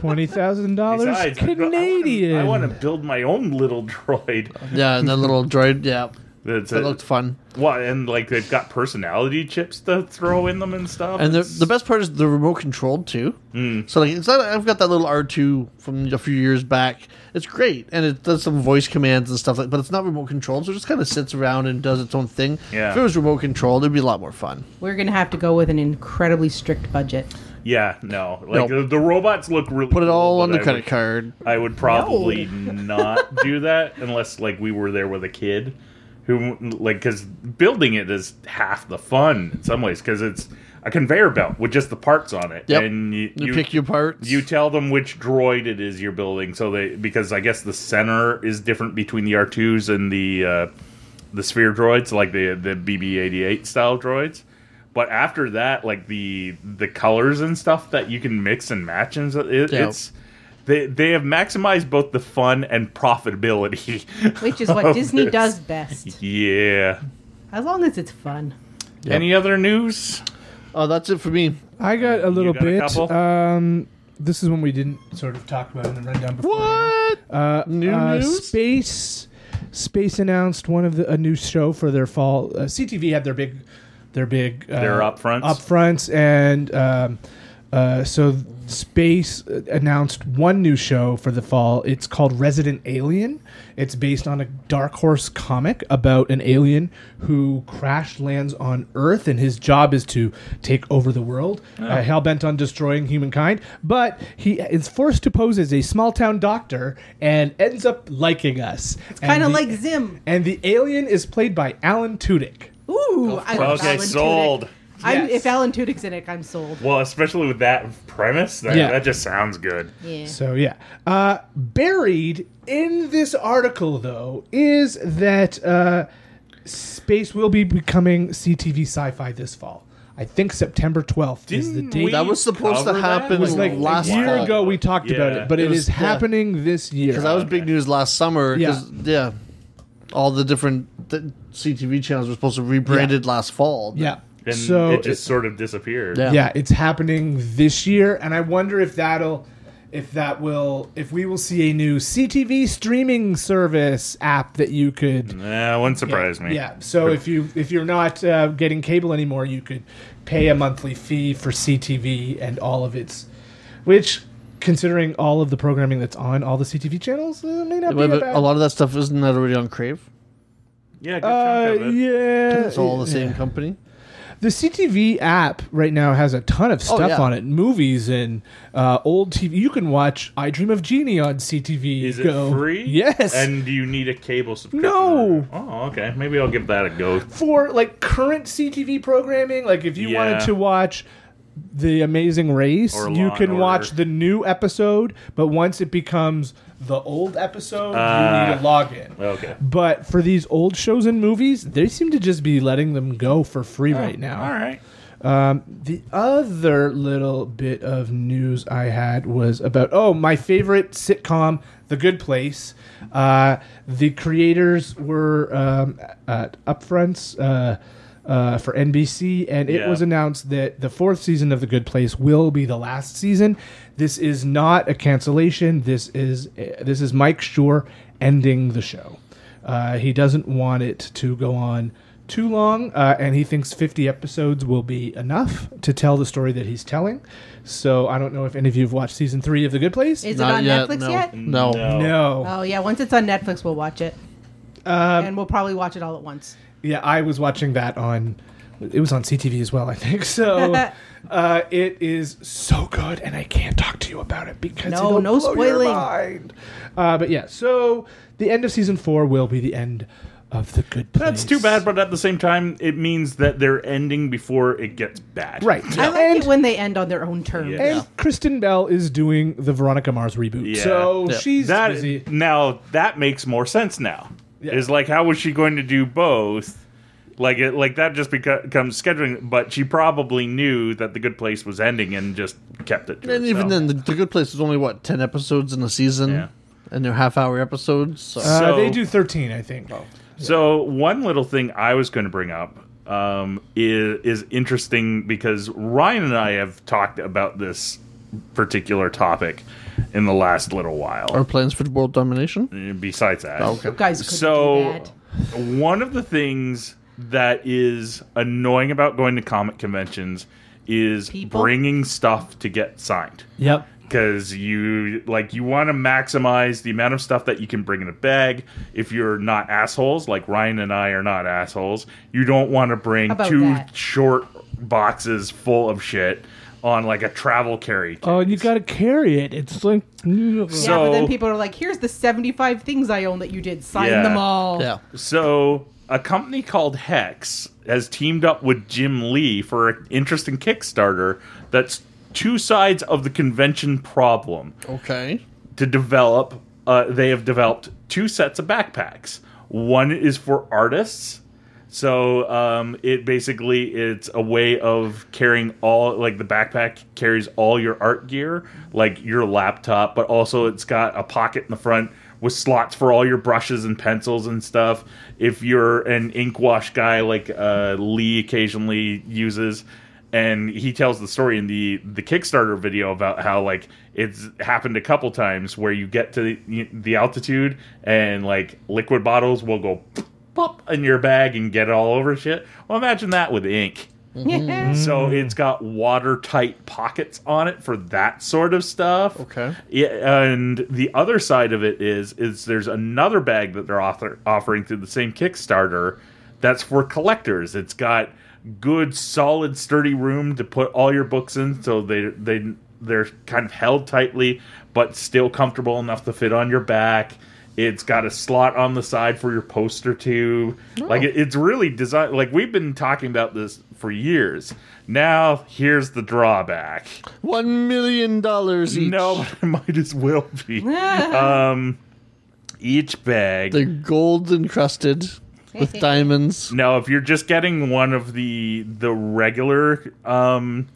Twenty thousand dollars Besides, I- I wanna- Oh, Canadian. I want to build my own little droid. Yeah, and (laughs) that little droid. Yeah, That's that it. looked fun. Well, and like they've got personality chips to throw in them and stuff. And the It's- the best part is the remote controlled too. Mm. So like, it's not, I've got that little R two from a few years back. It's great, and it does some voice commands and stuff like. But it's not remote controlled, so it just kind of sits around and does its own thing. Yeah. If it was remote controlled, it'd be a lot more fun. We're gonna have to go with an incredibly strict budget. yeah, no, like No. The, the robots look really. Put it all on the credit would, card. I would probably not do that unless like we were there with a kid, who like because building it is half the fun in some ways because it's. a conveyor belt with just the parts on it, Yep. and you, You, pick your parts. you tell them which droid it is you're building, so they because I guess the center is different between the R twos and the uh, the sphere droids, like the the BB eighty eight style droids. But after that, like the the colors and stuff that you can mix and match, and so it, Yeah. it's they they have maximized both the fun and profitability. (laughs) which is what Disney Yes. does best. yeah. As long as it's fun. Any other news? oh, that's it for me. I got a little got a bit. couple? um, this is one we didn't sort of talk about in the rundown before. What? Uh, New uh, news? Space. Space announced one of the, a new show for their fall. Uh, CTV had their big, their big uh, Their upfronts? upfronts, and um, uh, so Space announced one new show for the fall. It's called Resident Alien. It's based on a Dark Horse comic about an alien who crash lands on Earth, and his job is to take over the world, uh, hell bent on destroying humankind. But he is forced to pose as a small town doctor and ends up liking us. It's Kind of like Zim. And the alien is played by Alan Tudyk. Ooh, I love Okay, Alan Tudyk. sold. I'm, Yes. if Alan Tudyk's in it, I'm sold. Well, especially with that premise, that, Yeah. that just sounds good. Yeah. So yeah, uh, buried in this article though is that uh, space will be becoming CTV sci-fi this fall. I think September twelfth is the Didn't date. we- That was supposed to Cover that? happen It was like last a year fall. ago we talked about Yeah. it, but It it was- is yeah. happening this year. Because that was big news last summer. Yeah. 'cause, yeah. All the different th- CTV channels were supposed to rebrand it last fall. yeah. Then so it just sort of disappeared. Yeah. yeah, it's happening this year, and I wonder if that'll, if that will, if we will see a new CTV streaming service app that you could. Nah, wouldn't surprise me. Yeah. So if you if you're not uh, getting cable anymore, you could pay a monthly fee for CTV and all of its, which considering all of the programming that's on all the CTV channels, uh, may not Wait, be a but bad. a lot of that stuff isn't that already on Crave? Yeah, good uh, chunk of it. yeah, It's all the same company. The CTV app right now has a ton of stuff Oh, yeah. on it, movies and uh, old TV. You can watch I Dream of Genie on CTV. Is it Go. free? Yes. And do you need a cable subscription? No. Oh, okay. Maybe I'll give that a go. for like current CTV programming. Like if you Yeah. wanted to watch The Amazing Race, Or you Law can and watch Order. the new episode, but once it becomes the old episode, you Ah. need a login. Okay. But for these old shows and movies, they seem to just be letting them go for free right now. All right. The other little bit of news I had was about oh my favorite sitcom, The Good Place. Uh, the creators were um, at upfronts uh, uh, for NBC, and it Yeah. was announced that the fourth season of The Good Place will be the last season. This is not a cancellation. This is this is Mike Schur ending the show. Uh, he doesn't want it to go on too long, uh, and he thinks 50 episodes will be enough to tell the story that he's telling. So I don't know if any of you have watched season three of The Good Place. Is it Not on yet, Netflix no. yet? No. no. Oh, yeah. Once it's on Netflix, we'll watch it. and we'll probably watch it all at once. Yeah, I was watching that on. It was on CTV as well, I think. (laughs) (laughs) So uh, it is so good, and I can't talk to you about it because No, it'll no blow your spoiling. mind. Uh, but yeah, so the end of season four will be the end of the good. Place. That's too bad, but at the same time, it means that they're ending before it gets bad. right? I like and it when they end on their own terms. Yeah. And Kristen Bell is doing the Veronica Mars reboot, Yeah. so Yeah. she's That busy. now that makes more sense now. Yeah. Is like how was she going to do both? Like it, like that just beco- becomes scheduling, but she probably knew that the good place was ending and just kept it. To And even herself. then, the, the Good Place was only, what, 10 episodes in a season? Yeah. And they're half hour episodes. So. Uh, So- they do thirteen, I think. So one little thing I was going to bring up um, is, is interesting because Ryan and I have talked about this particular topic in the last little our while. plans for world domination? Besides that, Oh. Okay. You guys could do so that. one of the things that is annoying about going to comic conventions is People? bringing stuff to get signed Yep. because you like you want to maximize the amount of stuff that you can bring in a bag if you're not assholes like ryan and i are not assholes you don't want to bring About two that. short boxes full of shit on like a travel carry Oh, and you got to carry it. It's like Yeah, but so- then people are like, here's the 75 things I own that you did. Sign (laughs) Yeah. them all. Yeah. so a company called Hex has teamed up with Jim Lee for an interesting Kickstarter that's two sides of the convention problem Okay. to develop. Uh, they have developed two sets of backpacks. One is for artists, so um, it basically it's a way of carrying all like the backpack carries all your art gear, like your laptop, but also it's got a pocket in the front with slots for all your brushes and pencils and stuff. If you're an ink wash guy like uh, Lee occasionally uses, and he tells the story in the the Kickstarter video about how like it's happened a couple times where you get to the, the altitude and like liquid bottles will go pop in your bag and get all over shit. Well, imagine that with ink. Mm-hmm. So it's got watertight pockets on it for that sort of stuff. Okay. Yeah, and the other side of it is is there's another bag that they're author- offering through the same Kickstarter that's for collectors. It's got good, solid, sturdy room to put all your books in, so they they they're kind of held tightly, but still comfortable enough to fit on your back. It's got a slot on the side for your poster too. Like it, it's really designed. Like we've been talking about this for years. Now here's the drawback. One million dollars each. No, (laughs) but it might as well be. um, each bag. They're gold encrusted (laughs) with diamonds. now, if you're just getting one of the the regular um,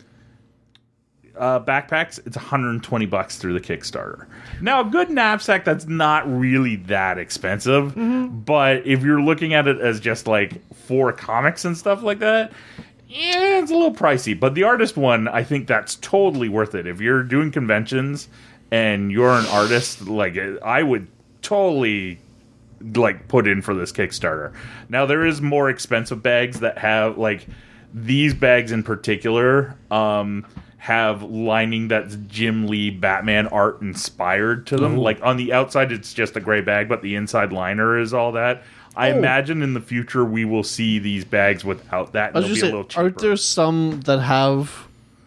uh, backpacks, it's 120 bucks through the Kickstarter. Now, a good knapsack that's not really that expensive, but if you're looking at it as just like four comics and stuff like that. Yeah, it's a little pricey, but the artist one, I think that's totally worth it. If you're doing conventions and you're an artist, like I would totally like put in for this Kickstarter. Now there is more expensive bags that have like these bags in particular um have lining that's Jim Lee Batman art inspired to them. Like on the outside it's just a gray bag, but the inside liner is all that. Oh. I imagine in the future we will see these bags without that. And I was they'll be just a saying, little cheaper. aren't there some that have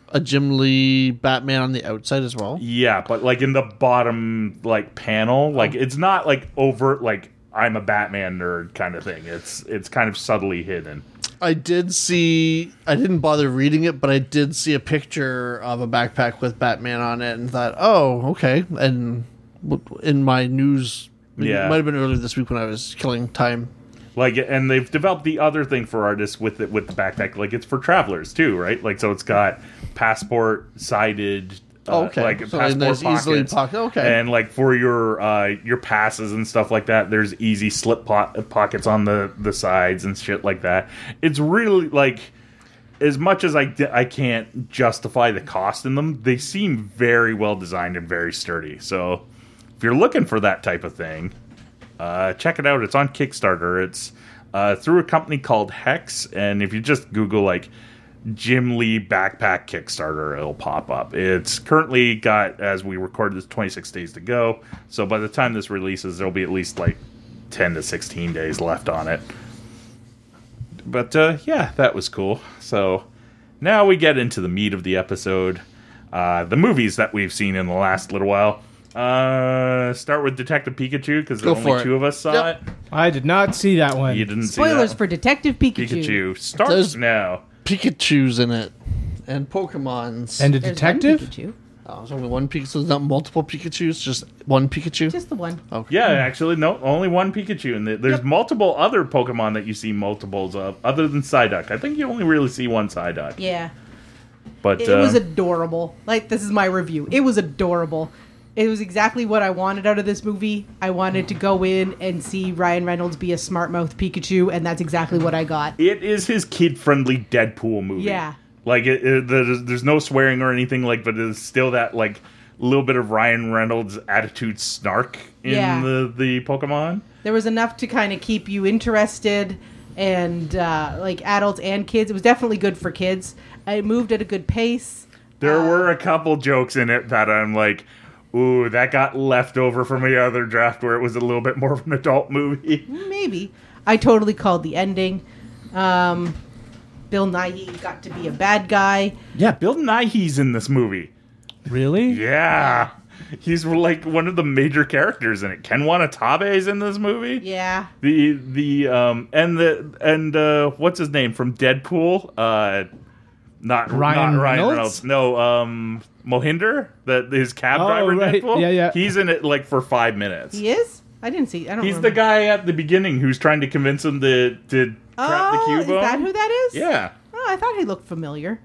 a Jim Lee Batman on the outside as well? Yeah, but like in the bottom like Oh. panel, like it's not like overt like I'm a Batman nerd kind of thing. It's it's kind of subtly hidden. I did see. I didn't bother reading it, but I did see a picture of a backpack with Batman on it, and thought, "Oh, okay." And w- in my news, Yeah. it might have been earlier this week when I was killing time. Like, and they've developed the other thing for artists with it with the backpack. Like, it's for travelers too, right? Like, so it's got passport sided. Uh, Oh, okay. Like So, passport and there's pockets, easily pocket- okay. and like for your uh, your passes and stuff like that, there's easy slip po- pockets on the the sides and shit like that. It's really like as much as I d- I can't justify the cost in them, they seem very well designed and very sturdy. So if you're looking for that type of thing, uh, check it out. It's on Kickstarter. It's uh, through a company called Hex, and if you just Google like Jim Lee backpack Kickstarter, it'll pop up. It's currently got as we record this 26 days to go. So by the time this releases, there'll be at least like 10 to 16 days left on it. But uh, yeah, that was cool. So now we get into the meat of the episode uh, the movies that we've seen in the last little while. Uh, start with Detective Pikachu because Go there's for only it. two of us saw Yep. it. I did not see that one. You didn't Spoilers see for Detective that. Pikachu. Pikachu starts There's- now. Pikachu's in it, and Pokemon's. and a There's one detective? Pikachu. oh, there's only one Pikachu. So there's not multiple Pikachu's, just one Pikachu. Just the one. Yeah, actually, no, only one Pikachu, and there's multiple other Pokemon that you see multiples of, other than Psyduck. I think you only really see one Psyduck. Yeah. But It, uh, was adorable. Like this is my review. It was adorable. It was exactly what I wanted out of this movie. I wanted to go in and see Ryan Reynolds be a smart mouth Pikachu, and that's exactly what I got. it is his kid-friendly Deadpool movie. Yeah. like it, it, there's, there's no swearing or anything like, but there's still that like little bit of Ryan Reynolds attitude snark in Yeah. the the Pokemon. There was enough to kind of keep you interested, and uh, like adults and kids. It was definitely good for kids. It moved at a good pace. There Uh, were a couple jokes in it that I'm like, ooh, that got left over from the other draft where it was a little bit more of an adult movie. Mm-hmm. Maybe I totally called the ending. Um, Bill Nye got to be a bad guy. Yeah, Bill Nighy's in this movie. Really? Yeah. He's like one of the major characters in it. Ken Watanabe is in this movie. Yeah. The the um and the and uh what's his name from Deadpool? Uh not Ryan not Ryan Reynolds? Reynolds. No, um Mohinder, the his cab Oh, driver in right. Deadpool. Yeah, yeah. He's in it like for 5 minutes. He is? I didn't see. I don't He's the remember. guy at the beginning who's trying to convince him to to trap Oh, the is cube. that who that is? Yeah. Oh, I thought he looked familiar.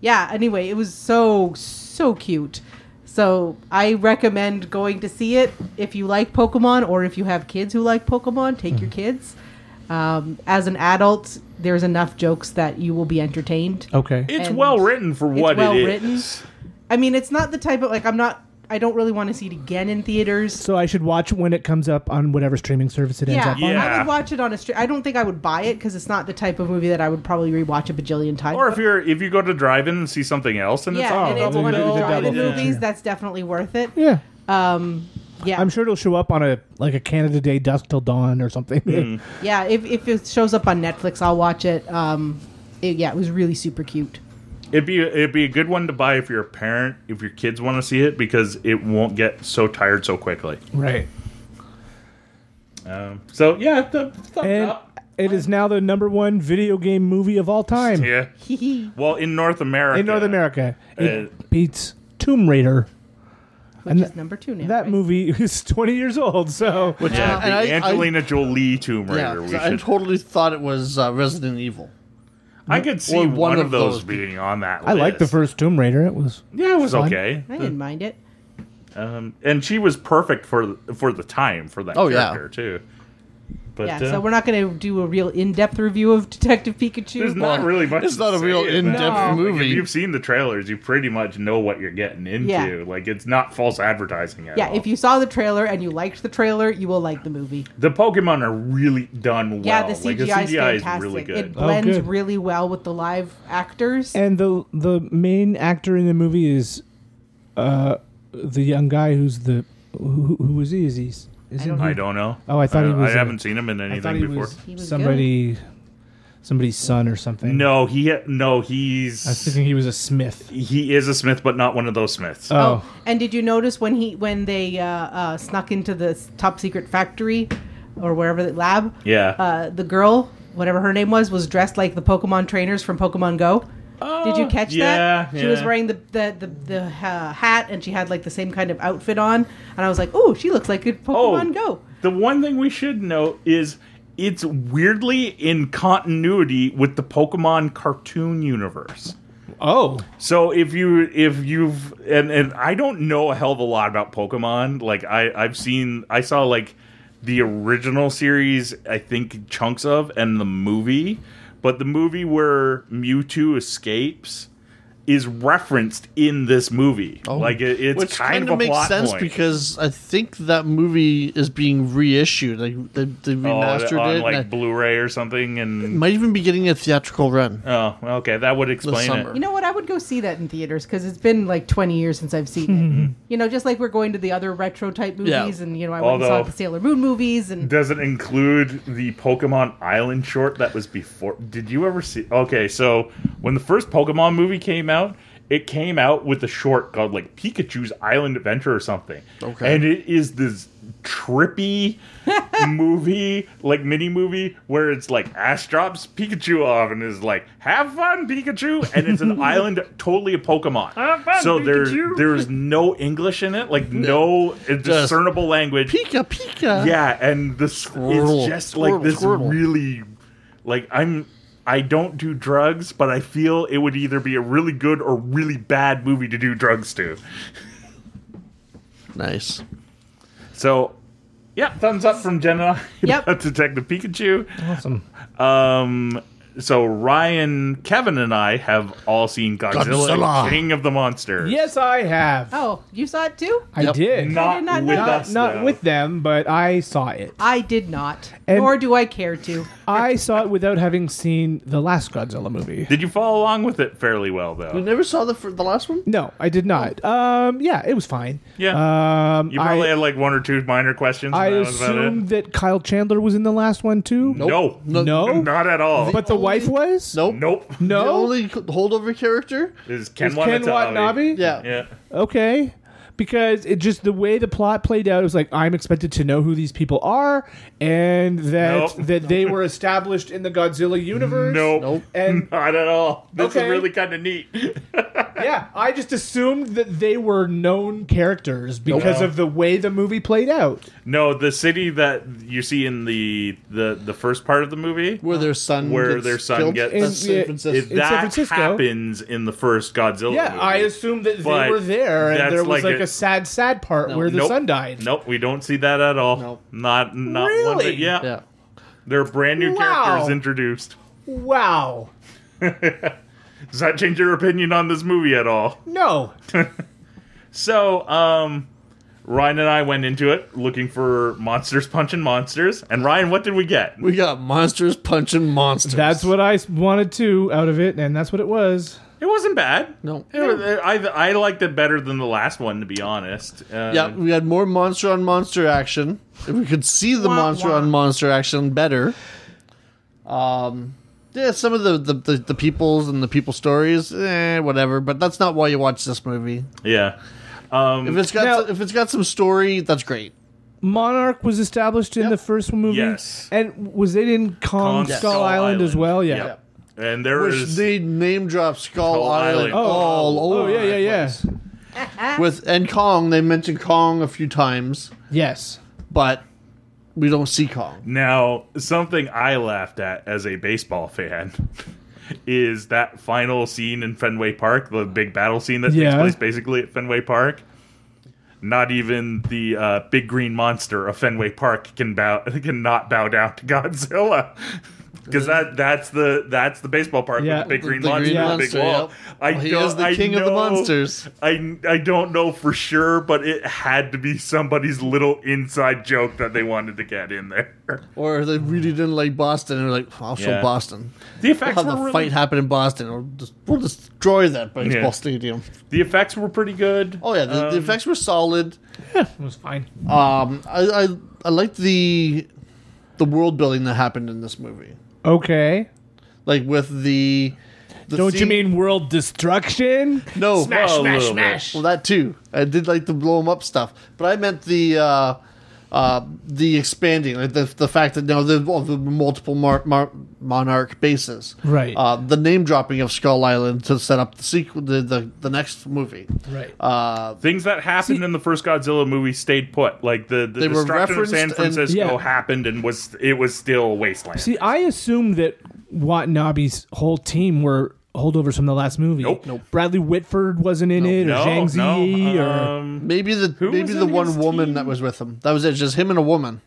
Yeah, anyway, it was so, so cute. So I recommend going to see it if you like Pokemon or if you have kids who like Pokemon, take Hmm. your kids. Um, as an adult, there's enough jokes that you will be entertained. Okay. It's And well written for it's what well it written. is. I mean, it's not the type of, like, I'm not, I don't really want to see it again in theaters. So I should watch when it comes up on whatever streaming service it ends yeah, up on. Yeah. I would watch it on a stream. I don't think I would buy it because it's not the type of movie that I would probably rewatch a bajillion times. Or if you're if you go to drive in and see something else and it's yeah, all and it's double one of bill. the It's a drive-in double movies. feature. That's definitely worth it. Yeah. Um, yeah, I'm sure it'll show up on a like a Canada Day dusk till dawn or something. Hmm. yeah. If, if it shows up on Netflix, I'll watch it. Um, it- yeah, it was really super cute. (laughs) It'd be it'd be a good one to buy if you're a parent, if your kids want to see it, because it won't get so tired so quickly. (laughs) right. Um, so yeah, th- thumbs And up. it is now the number one video game movie of all time Yeah. Well, in North America, in North America. It Uh, beats Tomb Raider. Which And is number two now. That right? movie (laughs) is 20 years old, so Uh, yeah, and the I- I- Angelina Jolie Tomb Yeah, Raider. we 'cause I should, totally thought it was uh, Resident Evil. I could see or one, of, those, those. being on that. I like the list. first Tomb Raider. It was Yeah, it was Fun. okay, I didn't mind it. um, and she was perfect for for the time for that Oh, yeah. character too. But yeah, uh, so we're not going to do a real in-depth review of Detective there's Pikachu. not Well, really much. it's to not a say real about it. in-depth No. Like, movie. if you've seen the trailers, you pretty much know what you're getting into. Yeah. Like it's not false advertising at yeah, all. if you saw the trailer and you liked the trailer, you will like the movie. the Pokemon are really done well. Yeah, the CGI, like, the is CGI fantastic. really good. It blends Oh, good. really well with the live actors. and the the main actor in the movie is uh the young guy who's the who, who is he? Is he? Is he don't I don't know. Oh, I thought he was I in haven't it. seen him in I anything thought he before. was, He was somebody somebody's son or something. No, he no, I was he's thinking he was a Smith. he is a Smith, but not one of those Smiths. Oh, and did you notice when he when they uh, uh, snuck into the s- top secret factory or wherever the lab? yeah. Uh, the girl, whatever her name was, was dressed like the Pokemon trainers from Pokemon Go. Did you catch Oh, yeah, that? She was yeah. wearing the the the, the uh, hat, and she had like the same kind of outfit on. And I was like, "Oh, she looks like a Pokemon Go." The one thing we should note is it's weirdly in continuity with the Pokemon cartoon universe. oh, So if you if you've and and I don't know a hell of a lot about Pokemon. Like I I've seen I saw like the original series I think chunks of and the movie, but the movie where Mewtwo escapes is referenced in this movie. like it, it's Which kind kinda of a makes plot sense point. because I think that movie is being reissued. Like they, they Oh, remastered on it. like and I- Blu-ray or something, and might even be getting a theatrical run. oh, okay, that would explain summer. it. You know what? I would go see that in theaters because it's been like 20 years since I've seen Mm-hmm. it. you know, just like we're going to the other retro type Yeah. movies, and you know, I went and saw Although- the Sailor Moon movies, and Does it include the Pokemon Island short that was before? Did you ever see? Okay, so when the first Pokemon movie came out, it came out with a short called like Pikachu's Island Adventure or something. Okay. and it is this trippy movie, like mini movie, where it's like Ash drops Pikachu off and is like, "Have fun, Pikachu," and it's an island totally a Pokemon. so there's there's no English in it, like no, discernible language. Pika Pika. Yeah, and this Squirtle, it's just squirtle, like this squirtle. really like I'm I don't do drugs, but I feel it would either be a really good or really bad movie to do drugs to. Nice. So yeah, thumbs up from Jen and (laughs) I Yep. about Detective Pikachu. Oh. awesome. Um so Ryan, Kevin, and I have all seen Godzilla, Godzilla. King of the Monsters. Yes, I have. oh, you saw it too? I Yep. did. Not, I did not with know. us. Not though. with them, but I saw it. I did not, And- nor do I care to. (laughs) I saw it without having seen the last Godzilla movie. Did you follow along with it fairly well You though? never saw the fir- the last one? No, I did not. Um, yeah, it was fine. Yeah. Um, You probably I, had like one or two minor questions. and I that was about it. assumed that Kyle Chandler was in the last one too. No. No. No? Not at all. But the Only- wife was? Nope. Nope. The No? only holdover character. Is Ken Is Ken Watanabe. Watanabe? Yeah. Yeah. Okay. because it just the way the plot played out it was like I'm expected to know who these people are and that Nope. that they were established in the Godzilla universe. Nope. Nope. And- (laughs) Not at all. This Okay. is really kind of neat. Yeah, I just assumed that they were known characters because Nope. of the way the movie played out. No, the city that you see in the the, the first part of the movie, where their son Where gets their son killed. gets- That's Yeah. San if Francisco. San that Francisco. happens in the first Godzilla Yeah, movie. I assumed that But they were there, that's and there was like like, a- a, sad, sad part where the Nope. son died. Nope, we don't see that at all. Nope. Not not one Really? bit. Yeah. yeah. There are brand new Wow. characters introduced. Wow. Does that change your opinion on this movie at all? No. So, um, Ryan and I went into it looking for monsters punching monsters. And Ryan, what did we get? We got monsters punching monsters. That's what I s- wanted to out of it, and that's what it was. It wasn't bad. No. It was- I, I liked it better than the last one, to be honest. Uh, Yeah, we had more monster on monster action. If we could see the Wah, monster wah. on monster action better. Um yeah, some of the, the, the, the peoples and the people stories, eh, whatever. But that's not why you watch this movie. Yeah. Um, If it's got Now- if it's got some story, that's great. Monarch was established in the first movie. Yes. And was it in Kong Kong, Skull, Island, as well? Yeah. Yep. And there Which is- they name drop Skull Skull Island, Island. Oh, all Oh, over. yeah, yeah, the yeah. place. With and Kong, they mention Kong a few times, Yes. but we don't see Kong. Now, something I laughed at as a baseball fan (laughs) is that final scene in Fenway Park, the big battle scene that takes Yeah. place basically at Fenway Park. Not even the uh, big green monster of Fenway Park can bow (laughs) cannot bow down to Godzilla. (laughs) Because that that's the that's the baseball park Yeah. with the big green The monster, green and the big monster, wall. yep. I Well, he don't- is the I king of the know- monsters. I I don't know for sure, but it had to be somebody's little inside joke that they wanted to get in there. Or they really didn't like Boston and were like, I'll show Yeah. Boston. The effects Have were the really, fight happen in Boston. We'll, just, we'll destroy that baseball Yeah. stadium. The effects were pretty good. Oh yeah, the, the Um, effects were solid. It was fine. Um, I I, I liked the the world building that happened in this movie. Okay. Like with the, the Don't you scene- mean world destruction? no Smash, a smash, little bit. smash. Well, that too. I did like the blow 'em up stuff, but I meant the uh, uh, the expanding, like the the fact that now the, well, the multiple mar- mar- monarch bases, Right. Uh, the name dropping of Skull Island to set up the sequel, the, the the next movie. Right. Uh, Things that happened in the first Godzilla movie stayed put. Like the, the They were destruction of San referenced and- Francisco Yeah. happened and was it was still wasteland. See, I assumed that Watanabe's whole team were holdovers from the last movie. Nope. Nope. Bradley Whitford wasn't in it, or no, Zhang Zi, no, or um, maybe the maybe was the in his one woman team? that was with him. That was it, just him and a woman.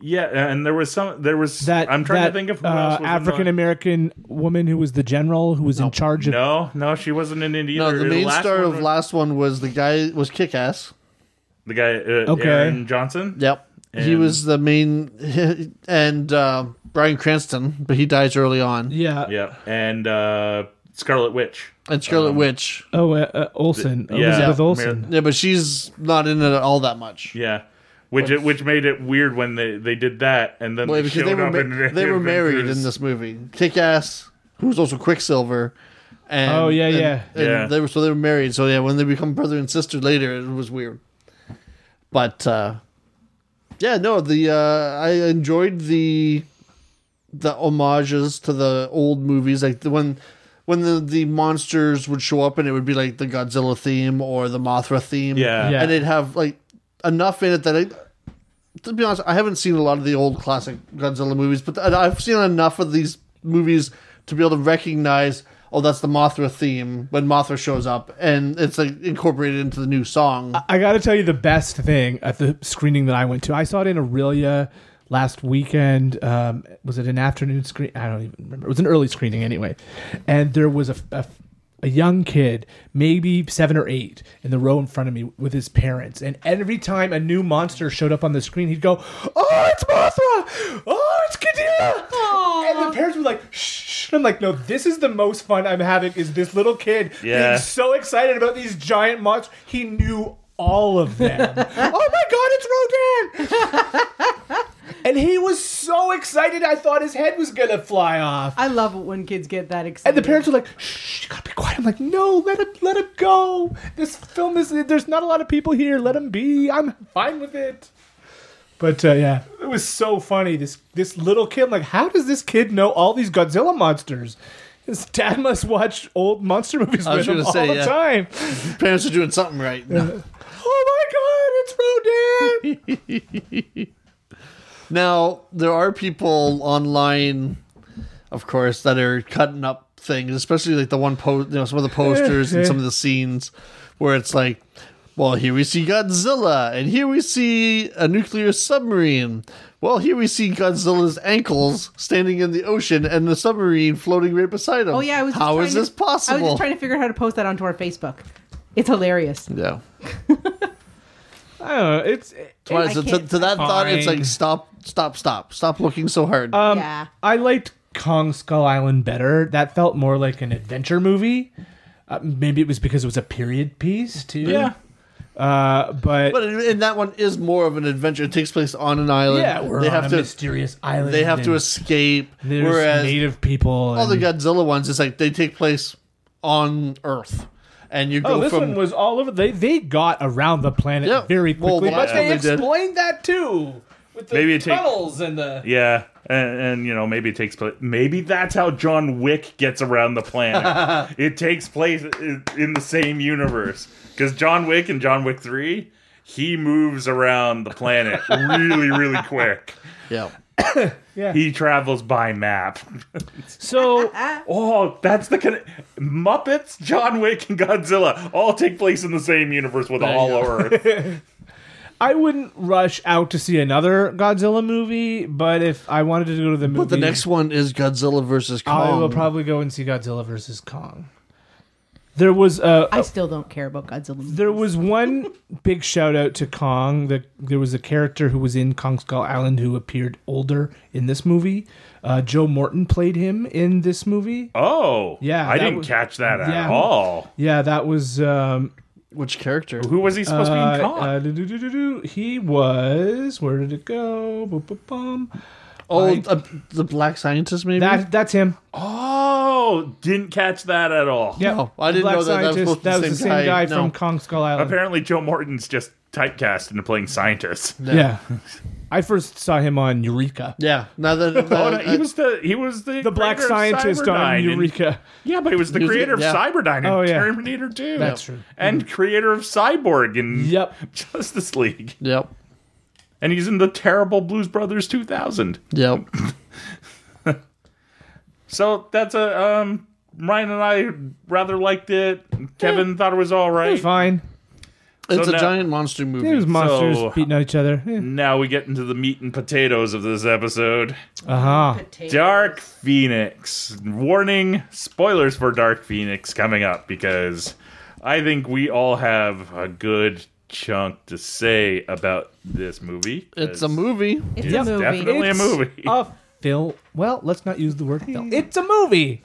yeah, and there was some. There was that I'm trying that, to think of who uh, else was African in American woman who was the general who was in charge the- of. No, no, she wasn't in India. No, the main last star one of was- last one was the guy was Kick Ass. the guy uh, Okay. Aaron Johnson. Yep. he And- was the main, (laughs) and uh, Brian Cranston, but he dies early on. Yeah. yeah, and uh, Scarlet Witch. And Um, Scarlet Witch. Oh, uh, uh, Olsen. yeah. Elizabeth Yeah. Olsen. Yeah, but she's not in it all that much. Yeah. Which, it, which made it weird when they, they did that, and then Well, they because showed they were up ma- in the they were married Avengers. in this movie. Kick Ass, who's also Quicksilver. And, Oh, yeah, and- yeah. and Yeah. They were so they were married. So yeah, when they become brother and sister later, it was weird. But uh, yeah, no, the uh, I enjoyed the the homages to the old movies, like the when when the, the monsters would show up and it would be like the Godzilla theme or the Mothra theme. Yeah. Yeah. and they'd have like enough in it that I, to be honest, I haven't seen a lot of the old classic Godzilla movies, but I- I've seen enough of these movies to be able to recognize. Oh, that's the Mothra theme when Mothra shows up, and it's like incorporated into the new song. I got to tell you the best thing at the screening that I went to. I saw it in Aurelia last weekend. Um, was it an afternoon screen? I don't even remember. It was an early screening anyway. And there was a, a, a young kid, maybe seven or eight, in the row in front of me with his parents. And every time a new monster showed up on the screen, he'd go, Oh, it's Mothra! Oh, it's Kadira! And the parents were like, Shh. And I'm like, No, this is the most fun I'm having is this little kid Yeah. being so excited about these giant monsters. He knew all of them. oh my god, it's Rodan! (laughs) and he was so excited. I thought his head was gonna fly off. I love it when kids get that excited. And the parents were like, "Shh, you gotta be quiet." I'm like, "No, let him, let him go. This film is. There's not a lot of people here. Let him be. I'm fine with it." But uh, yeah, it was so funny. This this little kid, I'm like, how does this kid know all these Godzilla monsters? His dad must watch old monster movies I was with him gonna all say, the yeah. time. (laughs) Parents are doing something right. No. Oh (laughs) my god, it's Rodan! Now there are people online, of course, that are cutting up things, especially like the one post, you know, some of the posters and some of the scenes where it's like, well, here we see Godzilla, and here we see a nuclear submarine. Well, here we see Godzilla's ankles standing in the ocean and the submarine floating right beside him. Oh yeah, I was. just How trying is to- this possible? I was just trying to figure out how to post that onto our Facebook. It's hilarious. (laughs) yeah. I don't know. It's Twice, to, can't- to that thought, it's Fine. like stop, stop, stop, stop looking so hard. um, yeah. I liked Kong Skull Island better. That felt more like an adventure movie. Uh, maybe it was because it was a period piece too. Yeah. Uh, but, But in, in that one is more of an adventure. It takes place on an island. yeah, we're they on have a to mysterious island. they have to and escape. There's Whereas native people. all the and- Godzilla ones, it's like they take place on Earth, and you go Oh, this from one was all over. They they got around the planet Yeah. very Well, quickly, the but last they one they did. explained that too with the Maybe it take- tunnels and the. Yeah, and, and you know maybe it takes place. Maybe that's how John Wick gets around the (laughs) planet. it takes place i- in the same universe because John Wick and John Wick Three, he moves around the (laughs) planet really, really quick. yeah. He travels by map. (laughs) So Oh, that's the con- Muppets, John Wick, and Godzilla all take place in the same universe with There you all go. (laughs) Earth. I wouldn't rush out to see another Godzilla movie, but if I wanted to go to the movie, But the next one is Godzilla versus Kong. I will probably go and see Godzilla versus Kong. There was a, I still don't care about Godzilla. there was (laughs) one big shout out to Kong. The, there was a character who was in Kong Skull Island who appeared older in this movie. Uh, Joe Morton played him in this movie. Oh, Yeah, I that didn't was- catch that at yeah. all. Yeah, that was um, Which character? Who was he supposed to be in uh, Kong? uh, do-do-do-do-do. he was. Where did it go? Boom, boom, boom. Oh, uh, the black scientist maybe. That that's him. Oh, didn't catch that at all. Yeah, No, Oh, I didn't Black know that that was scientist. supposed to be That the was same the same guy, guy. No. from Kong Skull Island. Apparently, Joe Morton's just typecast into playing scientist. Yeah. I first saw him on Eureka. yeah. Now (laughs) that, that- Oh, no, uh, (laughs) he was the he was the, The black creator of scientist Cyberdyne on and- Eureka. yeah, but he was the He was the- creator yeah. of Cyberdyne and Oh, yeah. Terminator 2. That's true. Mm. And creator of Cyborg and Yep. (laughs) Justice League. yep. And he's in the terrible Blues Brothers 2000. (coughs) Yep. So that's a um Ryan and I rather liked it. Kevin thought it was all It right. was fine. It's a now- giant monster movie. It was monsters uh, beating on each other. Now we get into the meat and potatoes of this episode. Uh huh. Dark Phoenix. Warning, spoilers for Dark Phoenix coming up because I think we all have a good chunk to say about this movie. it's a movie. It's It's a movie. definitely a movie. A film. Well, let's not use the word film. It's a movie.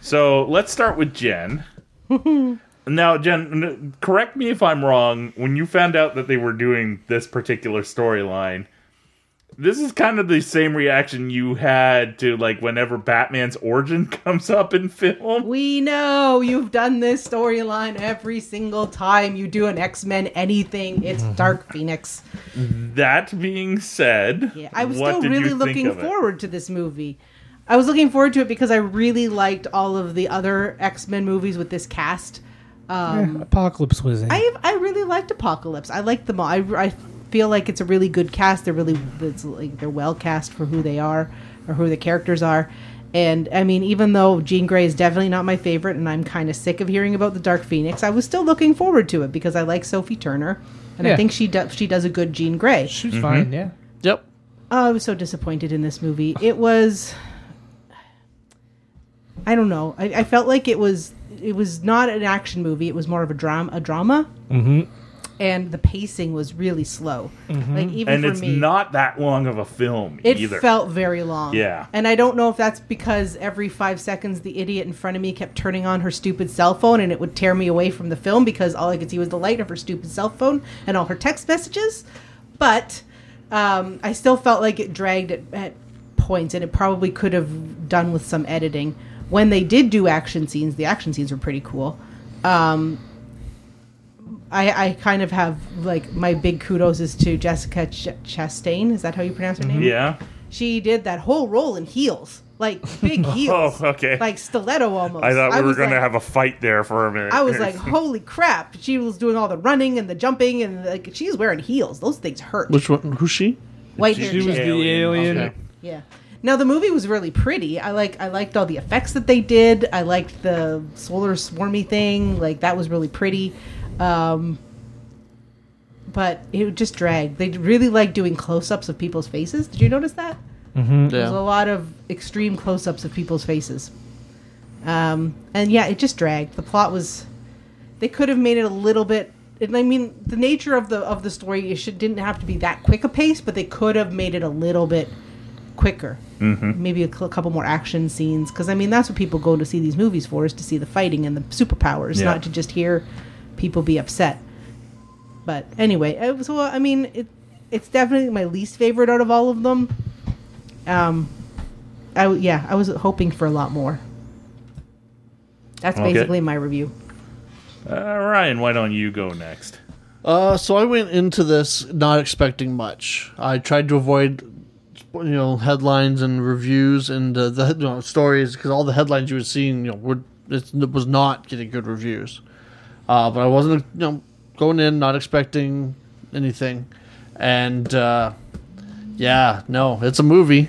So let's start with (laughs) Jen. now, Jen, n- correct me if I'm wrong. When you found out that they were doing this particular storyline, this is kind of the same reaction you had to like whenever Batman's origin (laughs) comes up in film. We know you've done this storyline every single time you do an X Men anything. It's Mm-hmm. Dark Phoenix. That being said, Yeah, I was what still did you really think looking of it? forward to this movie. I was looking forward to it because I really liked all of the other X Men movies with this cast. Um, Apocalypse was in. I I really liked Apocalypse. I liked them all. I, I feel like it's a really good cast. They're really it's like they're well cast for who they are or who the characters are. And I mean, even though Jean Grey is definitely not my favorite, and I'm kind of sick of hearing about the Dark Phoenix, I was still looking forward to it because I like Sophie Turner, and Yeah. I think she do, she does a good Jean Grey. she Mm-hmm. was fine. Yeah. Yep. Oh, I was so disappointed in this movie. It was. I don't know. I, I felt like it was. It was not an action movie. It was more of a drama. A drama. Mm-hmm. And the pacing was really slow. Like even Mm-hmm. And for it's me, not that long of a film it either. felt very long. Yeah. And I don't know if that's because every five seconds the idiot in front of me kept turning on her stupid cell phone and it would tear me away from the film because all I could see was the light of her stupid cell phone and all her text messages. But um, I still felt like it dragged at, at points, and it probably could have done with some editing. When they did do action scenes, the action scenes were pretty cool. Um, I, I kind of have like my big kudos is to Jessica Ch- Chastain. Is that how you pronounce her name? Yeah. She did that whole role in heels, like big (laughs) heels, Oh, okay. like stiletto almost. I thought we were was going to like- have a fight there for a minute. I was like, holy crap! She was doing all the running and the jumping, and like she's wearing heels. Those things hurt. Which one? Who's she? White hair. She was chick. the alien. Okay. Yeah. Now the movie was really pretty. I like I liked all the effects that they did. I liked the solar swarmy thing. Like that was really pretty. Um, but it just dragged. They really like doing close-ups of people's faces. Did you notice that? There's a Yeah. lot of extreme close-ups of people's faces. Um, and yeah, it just dragged. The plot was they could have made it a little bit and I mean, the nature of the of the story it should didn't have to be that quick a pace, but they could have made it a little bit quicker. Mm-hmm. Maybe a cl- couple more action scenes because I mean that's what people go to see these movies for is to see the fighting and the superpowers, Yeah. not to just hear people be upset. But anyway, it was, well, I mean, it, it's definitely my least favorite out of all of them. Um, I w- yeah, I was hoping for a lot more. That's Okay. basically my review. (laughs) Uh, Ryan, why don't you go next? Uh, so I went into this not expecting much. I tried to avoid, you know, headlines and reviews and uh, the you know, stories because all the headlines you were seeing, you know, were it was not getting good reviews. Uh, but I wasn't, you know, going in not expecting anything, and uh, yeah, no, it's a movie.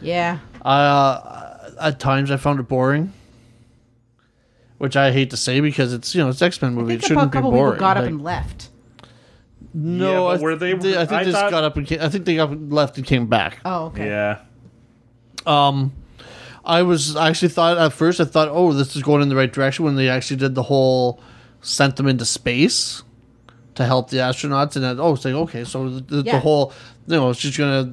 Yeah, Uh, at times I found it boring, which I hate to say because it's you know it's X Men movie. I It think a shouldn't be couple boring. people got up Like- and left. Yeah, No, but I th- were they- I think I they just thought- got up and came, I think they got left and came back. Oh, okay. Yeah. Um, I was I actually thought at first I thought oh this is going in the right direction when they actually did the whole sent them into space to help the astronauts and then oh it's like okay so the, the, Yeah. the whole you know she's gonna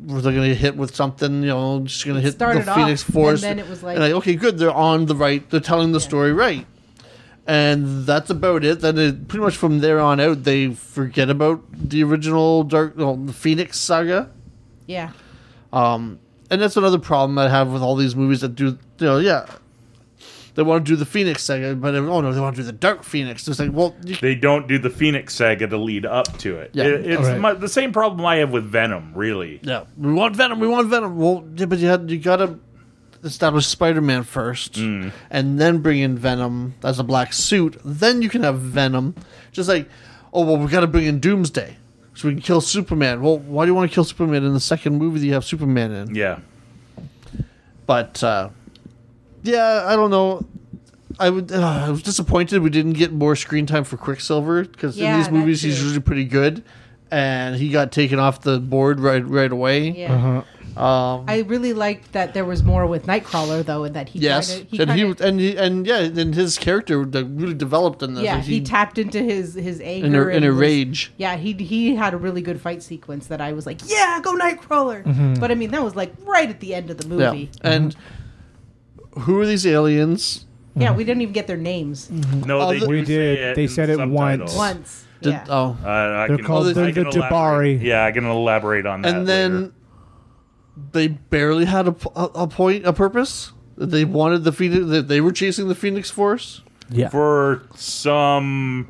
they're gonna get hit with something you know she's gonna hit the started off, Phoenix and Force then it was like- and okay good they're on the right they're telling the story right and that's about it. Then it, pretty much from there on out, they forget about the original Dark no, the Phoenix saga. Yeah. And that's another problem I have with all these movies that do, you know, yeah, they want to do the Phoenix saga, but oh no, they want to do the Dark Phoenix. It's like, well, you, They don't do the Phoenix saga to lead up to it. Yeah. It- it's Right. mu- the same problem I have with Venom, really. no, we want Venom, we want Venom. Well, yeah, but you had you gotta establish Spider Man first, and then bring in Venom as a black suit. Then you can have Venom. Just like, oh well, we gotta bring in Doomsday so we can kill Superman. Well, why do you want to kill Superman in the second movie that you have Superman in? Yeah. but uh, yeah, I don't know. I would. Uh, I was disappointed we didn't get more screen time for Quicksilver because Yeah, in these that movies he's too. usually pretty good, and he got taken off the board right right away. Um, Yeah. I really liked that there was more with Nightcrawler though, and that he Yes, kinda- he and he kinda- was- and he, and yeah, and his character like, really developed in this. yeah Like, he, tapped into his his anger in a, in and a was- rage. Yeah, he he had a really good fight sequence that I was like, yeah, go Nightcrawler. But I mean, that was like right at the end of the Yeah, movie. and who are these aliens? Yeah, we didn't even get their names No, Oh, they the- do We say did. They in said it subtitles. once. once. Did, yeah. Oh, Uh, I They're can- called I the- can the elaborate. Jabari. Yeah, I can elaborate on that. and then later. they barely had a, p- a- a point a purpose they wanted the phoenix that they were chasing the phoenix force Yeah. for some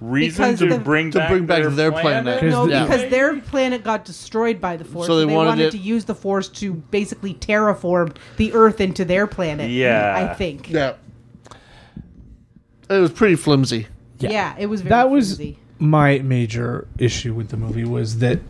reason Because to the- bring To back bring back their, their planet. planet. No, Yeah. because their planet got destroyed by the force. So they they wanted wanted it- to use the force to basically terraform the Earth into their planet. Yeah. I think. yeah it was pretty flimsy Yeah, it was very that was flimsy. my major issue with the movie was that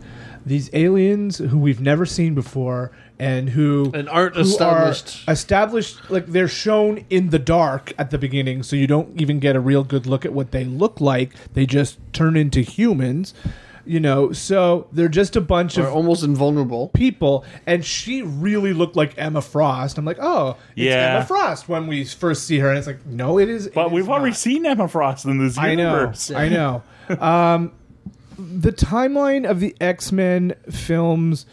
these aliens who we've never seen before and who And aren't who established. are established like they're shown in the dark at the beginning so you don't even get a real good look at what they look like they just turn into humans you know so they're just a bunch or of almost invulnerable people and she really looked like Emma Frost I'm like oh it's Yeah. Emma Frost when we first see her and it's like no it is But it we've is already not. seen Emma Frost in this I know. universe. I know. Um, the timeline of the X Men films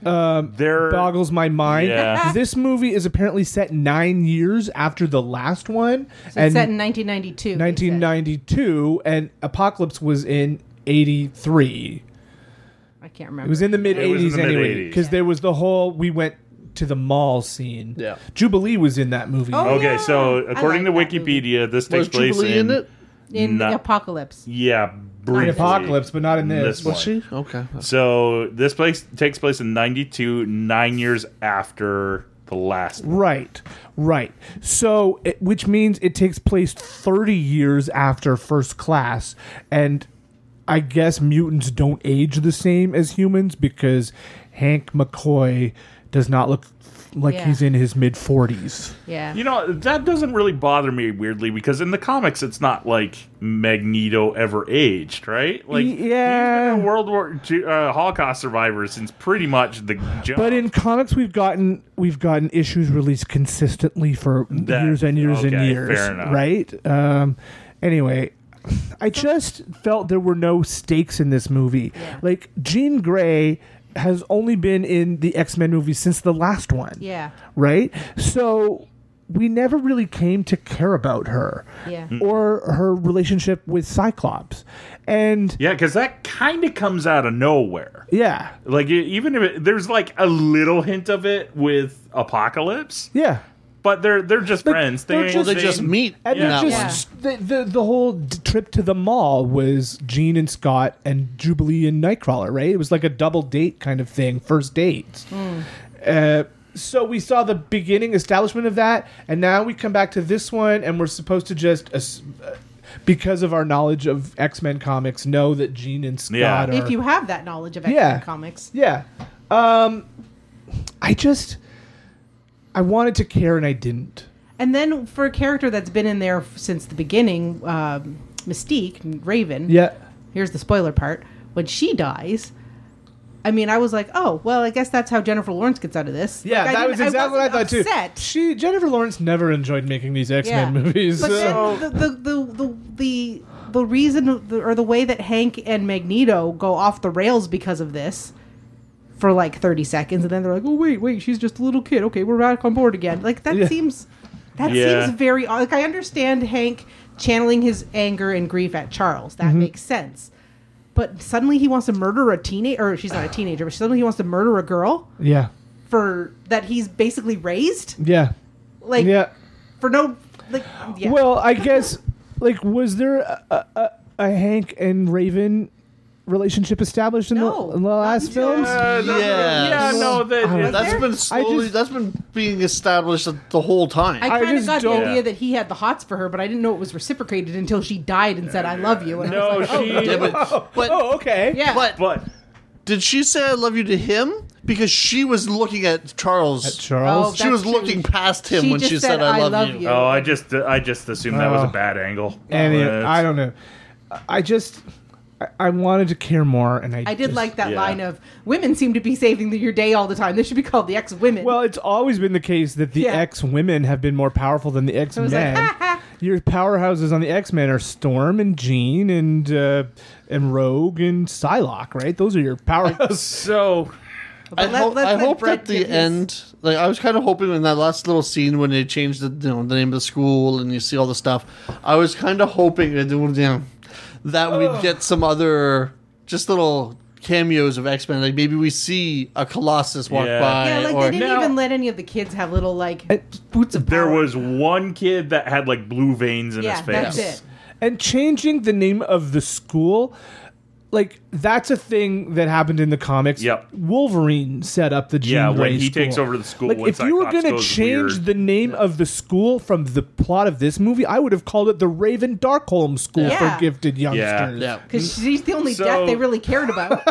They're boggles my mind. Yeah. (laughs) This movie is apparently set nine years after the last one, So it's set in 1992. they said. 1992, and Apocalypse was in 83. I can't remember. It was in the mid It was in '80s the anyway, mid-eighties. because there was the whole we went to the mall scene. Yeah. Jubilee was in that movie. Oh. Okay, so Yeah, I according like to that movie. Wikipedia, this takes Was place Jubilee in in, it? in not- the apocalypse. yeah, in briefly. Apocalypse, but not in this. This one. She? Okay. So this place takes place in '92, nine years after the last. one. Right, right. So, it, which means it takes place 30 years after First Class, and I guess mutants don't age the same as humans because Hank McCoy does not look like Yeah. he's in his mid 40s. Yeah. You know that doesn't really bother me weirdly because in the comics it's not like Magneto ever aged, right? Like Yeah. he's been a World War II, uh, Holocaust survivor since pretty much the jump. But in comics, we've gotten we've gotten issues released consistently for That- years and years and okay, years, fair enough. right? Um, anyway, I just felt there were no stakes in this movie. Like Jean Grey has only been in the X Men movies since the last one, yeah. right? So we never really came to care about her Yeah. Mm. or her relationship with Cyclops, and yeah, because that kind of comes out of nowhere. yeah, Like e- even if it, there's like a little hint of it with Apocalypse, yeah. but they're they're just friends. They they're ain't- just- They just meet. And Yeah. it just the, the the whole d- trip to the mall was Gene and Scott and Jubilee and Nightcrawler, right? It was like a double date kind of thing, first date. Hmm. Uh, so we saw the beginning establishment of that, and now we come back to this one, and we're supposed to just. ass- uh, because of our knowledge of X Men comics, know that Gene and Scott Yeah. are. If you have that knowledge of X-Men Yeah. comics. Yeah. Um, I just. I wanted to care and I didn't. And then for a character that's been in there f- since the beginning, um, Mystique, Raven. Yeah. Here's the spoiler part. When she dies, I mean, I was like, oh, well, I guess that's how Jennifer Lawrence gets out of this. Yeah, Like, I that was didn't- exactly what I wasn't thought upset. too. She Jennifer Lawrence never enjoyed making these X Men movies. But so- then the, the, the, the, the, the reason the, or the way that Hank and Magneto go off the rails because of this for like 30 seconds and then they're like, oh, wait, wait, she's just a little kid. Okay, we're back on board again. Like that Yeah. seems, that Yeah. seems very, odd. like I understand Hank channeling his anger and grief at Charles. That Mm-hmm. makes sense. But suddenly he wants to murder a teenager, or she's not a teenager, but suddenly he wants to murder a girl yeah, for that he's basically raised. yeah, Like, yeah. for no, like, yeah. Well, I guess like was there a, a, a- a Hank and Raven relationship established in, No, the, in the not last until- films? Uh, no, Yes. Yeah, no, that, I don't That's there- been slowly. just- that's been being established the whole time. I I kind of just got don't- the idea that he had the hots for her, but I didn't know it was reciprocated until she died and said, "I love (laughs) you." And I no, was like, she. Yeah, (laughs) but, but, Oh, okay. "Yeah, but but did she say "I love you" to him? Because she was looking at Charles. Oh, Charles. she was that's true. looking past him She when she just said, "I, love, you." oh, I just I just assumed that was a Oh. bad angle. and it- Uh, I don't know. I just I, I wanted to care more, and I I did just- like that yeah. line of women seem to be saving the, your day all the time. This should be called the ex women. Well, it's always been the case that the Yeah. X women have been more powerful than the X was like, (laughs) men. Your powerhouses on the X Men are Storm and Jean and uh, and Rogue and Psylocke, right? Those are your powerhouses. So I, But let- hope, let's I let hope Brett at the get his- end, like I was kind of hoping in that last little scene when they changed the you know the name of the school and you see all the stuff. I was kind of hoping that, you know, that we'd get some other just little cameos of X Men. Like maybe we see a Colossus walk Yeah. by, yeah, like or they didn't Now- even let any of the kids have little like (laughs) boots of there power. was one kid that had like blue veins in yeah, his face. that's it. and changing the name of the school like that's a thing that happened in the comics Yep. wolverine set up the Jean Yeah, when Grey he school. takes over the school like when if you were Cyclops gonna goes change weird. the name of the school from the plot of this movie i would have called it the raven darkholm school Yeah. for gifted youngsters yeah. Because she's the only Mm. So- death they really (laughs) cared about.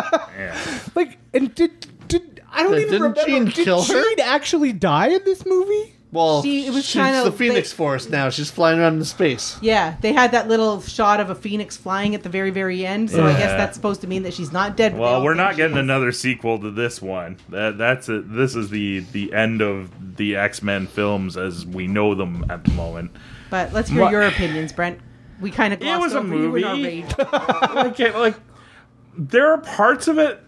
like and did did I don't Yeah, even didn't remember. Jean did kill her? Jean actually die in this movie? Well, She- it was she's kinda- the Phoenix they- Force now. She's flying around in space. yeah, they had that little shot of a phoenix flying at the very, very end. So I guess Yeah. that's supposed to mean that she's not dead. but they all Well, we're think not she getting is. another sequel to this one. That that's it. This is the the end of the X Men films as we know them at the moment. But let's hear What- your opinions, Brent. We kind of It was a over you in (laughs) our movie. rage. okay, like there are parts of it.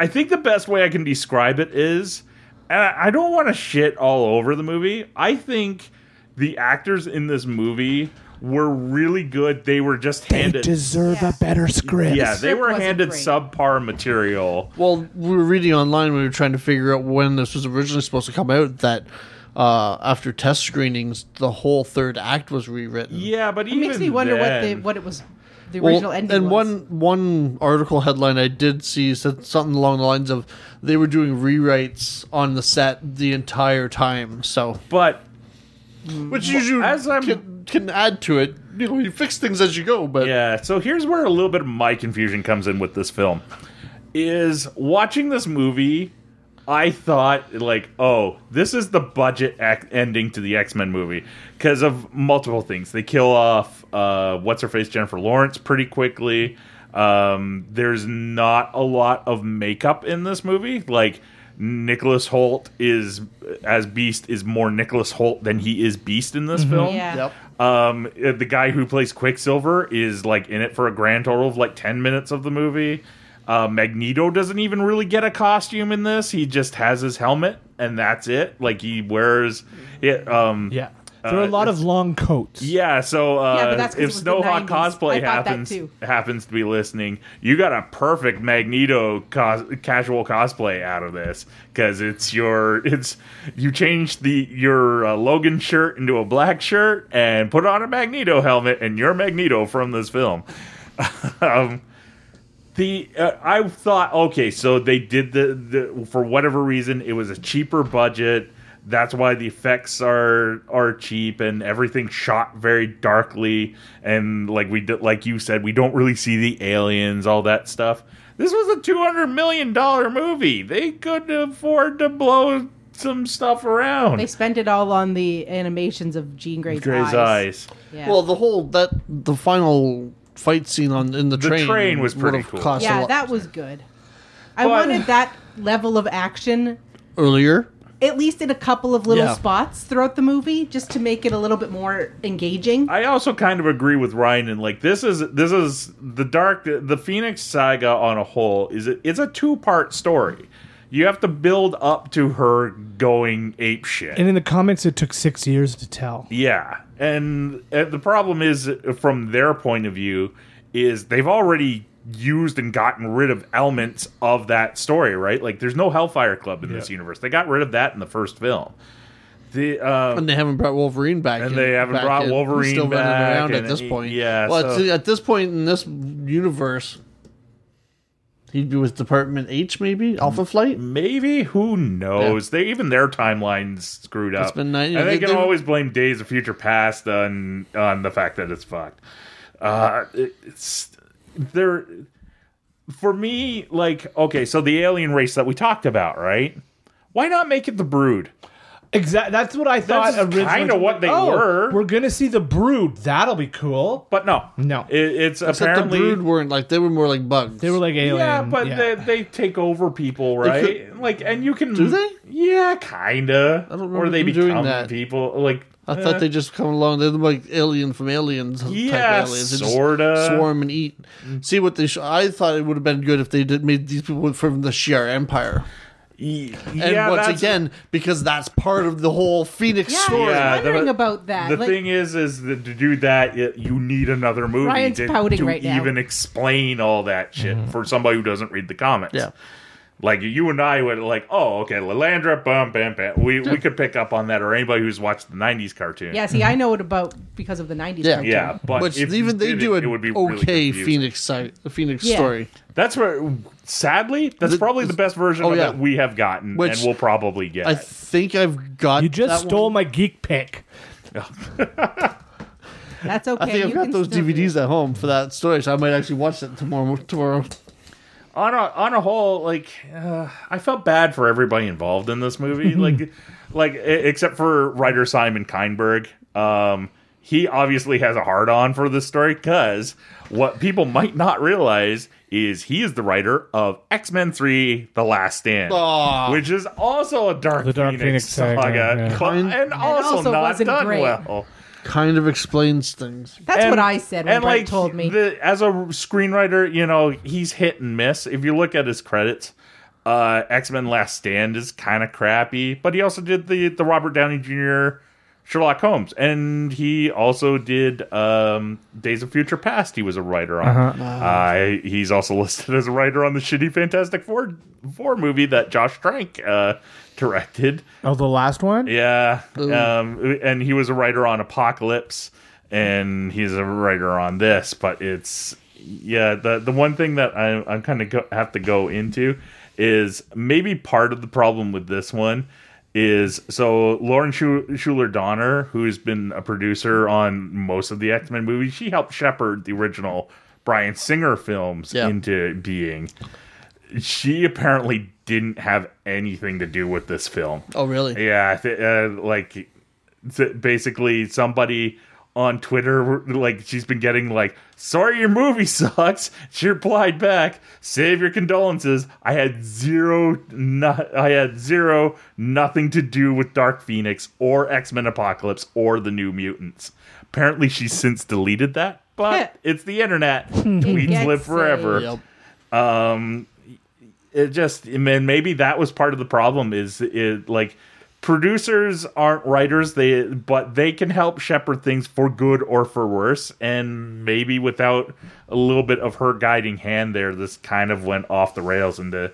I think the best way I can describe it is, and I I don't want to shit all over the movie. I think the actors in this movie were really good. They were just They handed. deserve Yeah. a better script. yeah, they script were wasn't handed great. subpar material. Well, we were reading online when we were trying to figure out when this was originally supposed to come out that uh, after test screenings, the whole third act was rewritten. Yeah, but It even makes me wonder what then, the what it was the Well, original ending. and was. one one article headline I did see said something along the lines of they were doing rewrites on the set the entire time. So, But which usually as I'm- can, can add to it. You know, you fix things as you go, but Yeah, so here's where a little bit of my confusion comes in with this film. Is watching this movie, I thought like, oh, this is the budget ac- ending to the X Men movie because of multiple things. They kill off uh, what's her face Jennifer Lawrence pretty quickly. Um, there's not a lot of makeup in this movie, like. Nicholas Holt is as Beast is more Nicholas Holt than he is Beast in this film. yeah. yep. Um, uh, the guy who plays Quicksilver is like in it for a grand total of like ten minutes of the movie. Uh, Magneto doesn't even really get a costume in this. He just has his helmet and that's it. Like he wears it. Um, Yeah. There are a Uh, lot of long coats. yeah, so uh, Yeah, but that's if 'cause it was the Snowhawk 90s. cosplay I thought that happens too. happens to be listening, you got a perfect Magneto cos- casual cosplay out of this because it's your it's you changed the your uh, Logan shirt into a black shirt and put on a Magneto helmet and you're Magneto from this film. (laughs) um, the uh, I thought okay, so they did the, the for whatever reason it was a cheaper budget. That's why the effects are are cheap and everything shot very darkly and like we did, like you said we don't really see the aliens all that stuff. This was a two hundred million dollar movie. They could afford to blow some stuff around. They spent it all on the animations of Jean Grey's, Gray's eyes. eyes. Yeah. Well, the whole that the final fight scene on in the, The train, train was pretty would've cool. cost a yeah, lot that was good. I But- wanted that level of action earlier. at least in a couple of little Yeah. spots throughout the movie just to make it a little bit more engaging. I also kind of agree with Ryan and like this is this is the dark the Phoenix saga on a whole is it it's a two part story. You have to build up to her going ape shit. And in the comics, it took six years to tell. Yeah, and uh, the problem is, uh, from their point of view, is they've already used and gotten rid of elements of that story, right? Like, there's no Hellfire Club in this universe. They got rid of that in the first film. The uh, And they haven't brought Wolverine back. And in- they haven't back brought in. He's Wolverine still back, running around and at this he- point. yeah, Well, so- it's, at this point in this universe, he'd be with Department H, Mm. maybe Alpha Flight. maybe who knows? They even their timelines screwed up. been nine- and they, they- can they- always blame Days of Future Past on on the fact that it's fucked. Uh, it- it's there for me. Like okay, so the alien race that we talked about, right? Why not make it the Brood? Exactly. That's what I thought That's originally. kinda what they Oh, were. We're gonna see the brood. That'll be cool. But no, No. It- it's Except the apparently Brood weren't like they were more like bugs. They were like alien. Yeah, but They, they take over people, right? like, and you can Do they? Yeah, kinda. I don't or remember they them become doing that. people. Like I uh, thought they just come along. They're like alien from aliens. Yeah, type aliens. They just sorta. Mm. swarm and eat. See what they. Sh- I thought it would have been good if they did made these people from the Shi'ar Empire. y- And yeah, once that's- again, because that's part of the whole Phoenix yeah, story. Yeah, I was wondering the- about that. The like, thing is, is that to do that, it, you need another movie Ryan's to, pouting to right now. even explain all that shit for somebody who doesn't read the comics. Mm-hmm. Yeah. Like you and I would like, oh, okay, Lalandra, bum, bam, bam. We we could pick up on that, or anybody who's watched the '90s cartoon. yeah, see, I know it about because of the 90s. Yeah. cartoon. yeah. But Which if you even they did do it, an it would be really okay confusing. Phoenix site, Phoenix Yeah. story. That's where, sadly, that's The- probably the best version oh, of yeah. that we have gotten, Which- and we'll probably get. Uh, I think I've got. You just that stole one. my geek pick. That's okay. I think I've you got can those still do DVDs it. at home for that story, so I might actually watch that tomorrow. Tomorrow, on a on a whole, like uh, I felt bad for everybody involved in this (laughs) movie, like like e- except for writer Simon Kinberg. Um, he obviously has a hard on for this story because what people might not realize is he is the writer of X Men Three: The Last Stand, Aw. which is also a Dark, The Dark Phoenix, Phoenix saga, saga, yeah. but- and, also also not wasn't done great. well. kind of explains things. That's And- what I said when and, Brent like, told me. the- as a screenwriter, you know, he's hit and miss. If you look at his credits, uh, X Men Last Stand is kind of crappy, but he also did the the Robert Downey Jr. Sherlock Holmes, and he also did um, Days of Future Past. He was a writer on. uh he's also (laughs) listed as a writer on the shitty Fantastic Four four movie that Josh Trank uh, directed. Oh, the last one? Yeah, um, and he was a writer on Apocalypse, and he's a writer on this. But it's yeah, the the one thing that I, I'm kind of go, have to go into is maybe part of the problem with this one is so Lauren Shu- Schuler Donner, who's been a producer on most of the X Men movies, she helped shepherd the original Brian Singer films Yeah. into being. She apparently didn't have anything to do with this film. Oh, really? Yeah, I thi- uh, like th- basically somebody on Twitter, like she's been getting like, "Sorry, your movie sucks." She replied back, "Save your condolences. I had zero, no- I had zero, nothing to do with Dark Phoenix or X Men Apocalypse or the New Mutants." Apparently, she's since deleted that, but it's the internet. Tweets gets live forever Yep. it just and maybe that was part of the problem is it like producers aren't writers they but they can help shepherd things for good or for worse and maybe without a little bit of her guiding hand there this kind of went off the rails into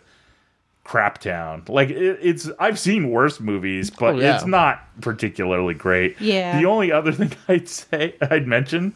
crap town like it, it's i've seen worse movies but Oh, yeah. it's not particularly great Yeah. the only other (laughs) thing i'd say i'd mention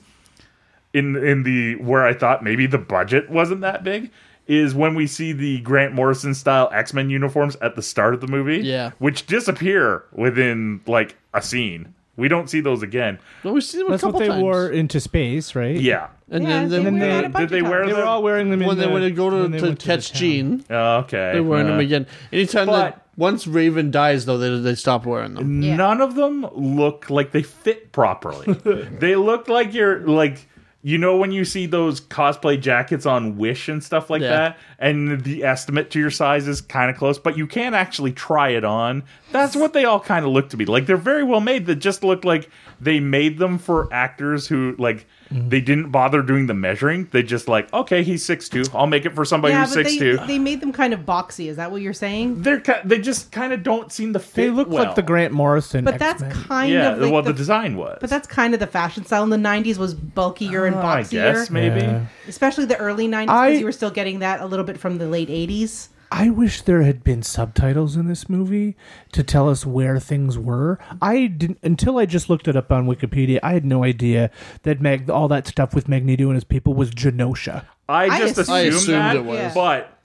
in in the where I thought maybe the budget wasn't that big is when we see the Grant Morrison style X Men uniforms at the start of the movie, Yeah. which disappear within like a scene. We don't see those again. Well, we've seen them That's a couple what they times. wore into space, right? (laughs) Yeah. And Yeah, then, then they when were they, out a bunch did of they times. wear They were all wearing them in when they the- went to go when to, they to went catch town. Jean, Okay. they were wearing uh, them again. Anytime but- that once Raven dies, though, they they stop wearing them. Yeah. None of them look like they fit (laughs) properly. they look like you're like you know when you see those cosplay jackets on Wish and stuff like Yeah. that, and the estimate to your size is kind of close, but you can't actually try it on. That's what they all kind of look to be like. They're very well made. They just look like they made them for actors who like Mm-hmm. they didn't bother doing the measuring. They just like okay, he's six two. I'll make it for somebody yeah, who's but six they, two. they made them kind of boxy. Is that what you're Mm, saying? They're ki- they just kind of don't seem to fit. They look well. like the Grant Morrison. But that's X-Men. kind yeah. of like well, the, the, design was. But that's kind of the fashion style in the '90s was bulkier and Uh, I guess boxier, maybe. Yeah. especially the early '90s I- because you were still getting that a little bit from the late '80s. I wish there had been subtitles in this movie to tell us where things were. I didn't until I just looked it up on Wikipedia. I had no idea that Mag all that stuff with Magneto and his people was Genosha. I I just assumed- assumed, I assumed that, it was. Yeah. but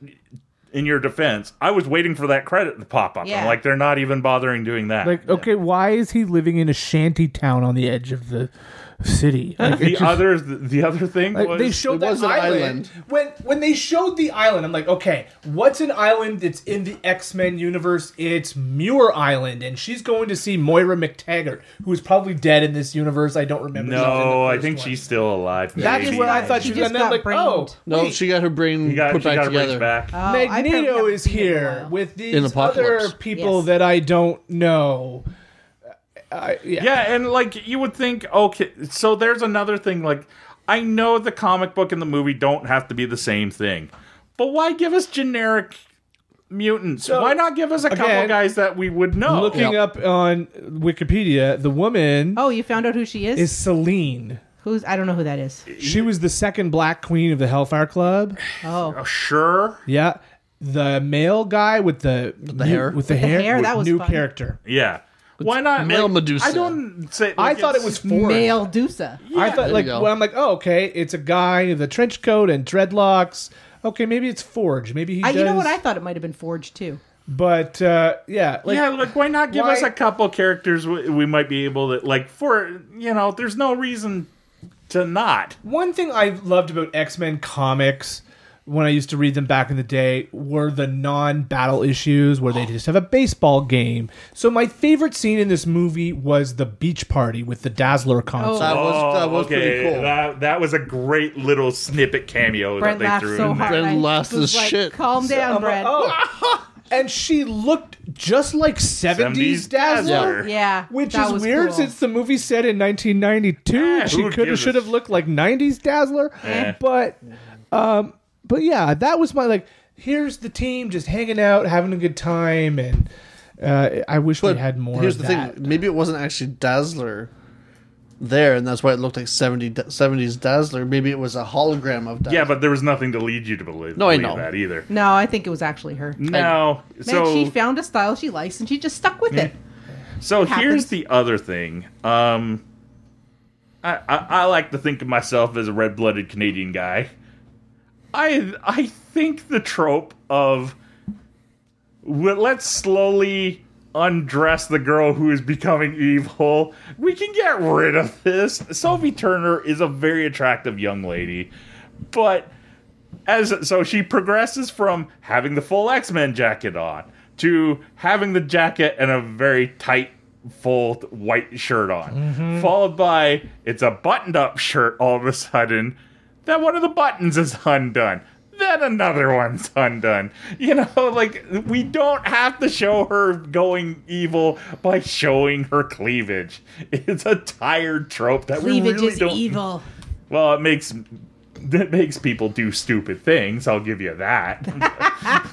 in your defense, I was waiting for that credit to pop up. Yeah. I'm like, they're not even bothering doing that. Like, okay, why is he living in a shanty town on the edge of the city? Like, it the just- other, the other thing like, was they showed It that was an island. island. when when they showed the island. I'm like, okay, what's an island that's in the X Men universe? It's Muir Island, and she's going to see Moira McTaggart, who is probably dead in this universe. I don't remember. she's in the no, I first think one. she's still alive. That's maybe. where I thought She she was. just And then, got like, oh, brained. No, wait, uh, she got her brain She got, put she back got her together. brains back. Oh, I probably Magneto haven't is seen it in a here while. with these In other Apocalypse. people Yes. that I don't know. I yeah. yeah, and like you would think, okay, so there's another thing. Like, I know the comic book and the movie don't have to be the same thing, but why give us generic mutants? why not give us a couple again, guys that we would know? Looking up on Wikipedia, the woman Oh, you found out who she is? is Celine. Who's I don't know who that is. She was the second Black Queen of the Hellfire Club. Oh, sure. Yeah. The male guy with the, new- hair? with the hair, hair, with that was new fun. character. Yeah. Why not male Medusa. I don't say. I like, thought it it's- was foreign. male Dusa. I thought you like go. well, I'm like, oh, okay, it's a guy in the trench coat and dreadlocks. Okay, maybe it's Forge. Maybe he I, does. you know what? I thought it might have been forged too. But uh, yeah, (laughs) like yeah, like why not give why- us a couple characters we, we might be able to like for you know? There's no reason to not. One thing I loved about X Men comics when I used to read them back in the day were the non battle issues where they just have a baseball game. So, my favorite scene in this movie was the beach party with the Dazzler concert. That was that was Oh, okay, pretty cool. That that was a great little snippet cameo Brent that laughed they threw so in there. hard. Brent I laughed was as like, shit. Calm down, I'm like, Brent. "Oh." And she looked just like 70s, 70s Dazzler. Dazzler. Yeah, Which that is was weird cool. since the movie set in 1992. Eh, she who could have gives a should have sh- looked like 90s Dazzler, Eh. but um, but yeah, that was my like. Here's the team just hanging out, having a good time, and Uh, I wish But we had more. Here's of the that. thing: maybe it wasn't actually Dazzler there, and that's why it looked like 70, 70s Dazzler. Maybe it was a hologram of Dazzler. Yeah, but there was nothing to lead you to believe, No, I believe know. that either. No, I think it was actually her. Man, No, so she found a style she likes and she just stuck with it. So here's happens. the other thing. Um, I, I I like to think of myself as a red-blooded Canadian guy. I I think the trope of well, let's slowly undress the girl who is becoming evil. We can get rid of this. Sophie Turner is a very attractive young lady, but as so she progresses from having the full X-Men jacket on to having the jacket and a very tight full white shirt on Mm-hmm. followed by it's a buttoned up shirt all of a sudden then one of the buttons is undone then another one's undone you know (laughs) like we don't have to show her going evil by showing her cleavage it's a tired trope that we Cleavage really is don't evil. well, it makes that makes people do stupid things. I'll give you that,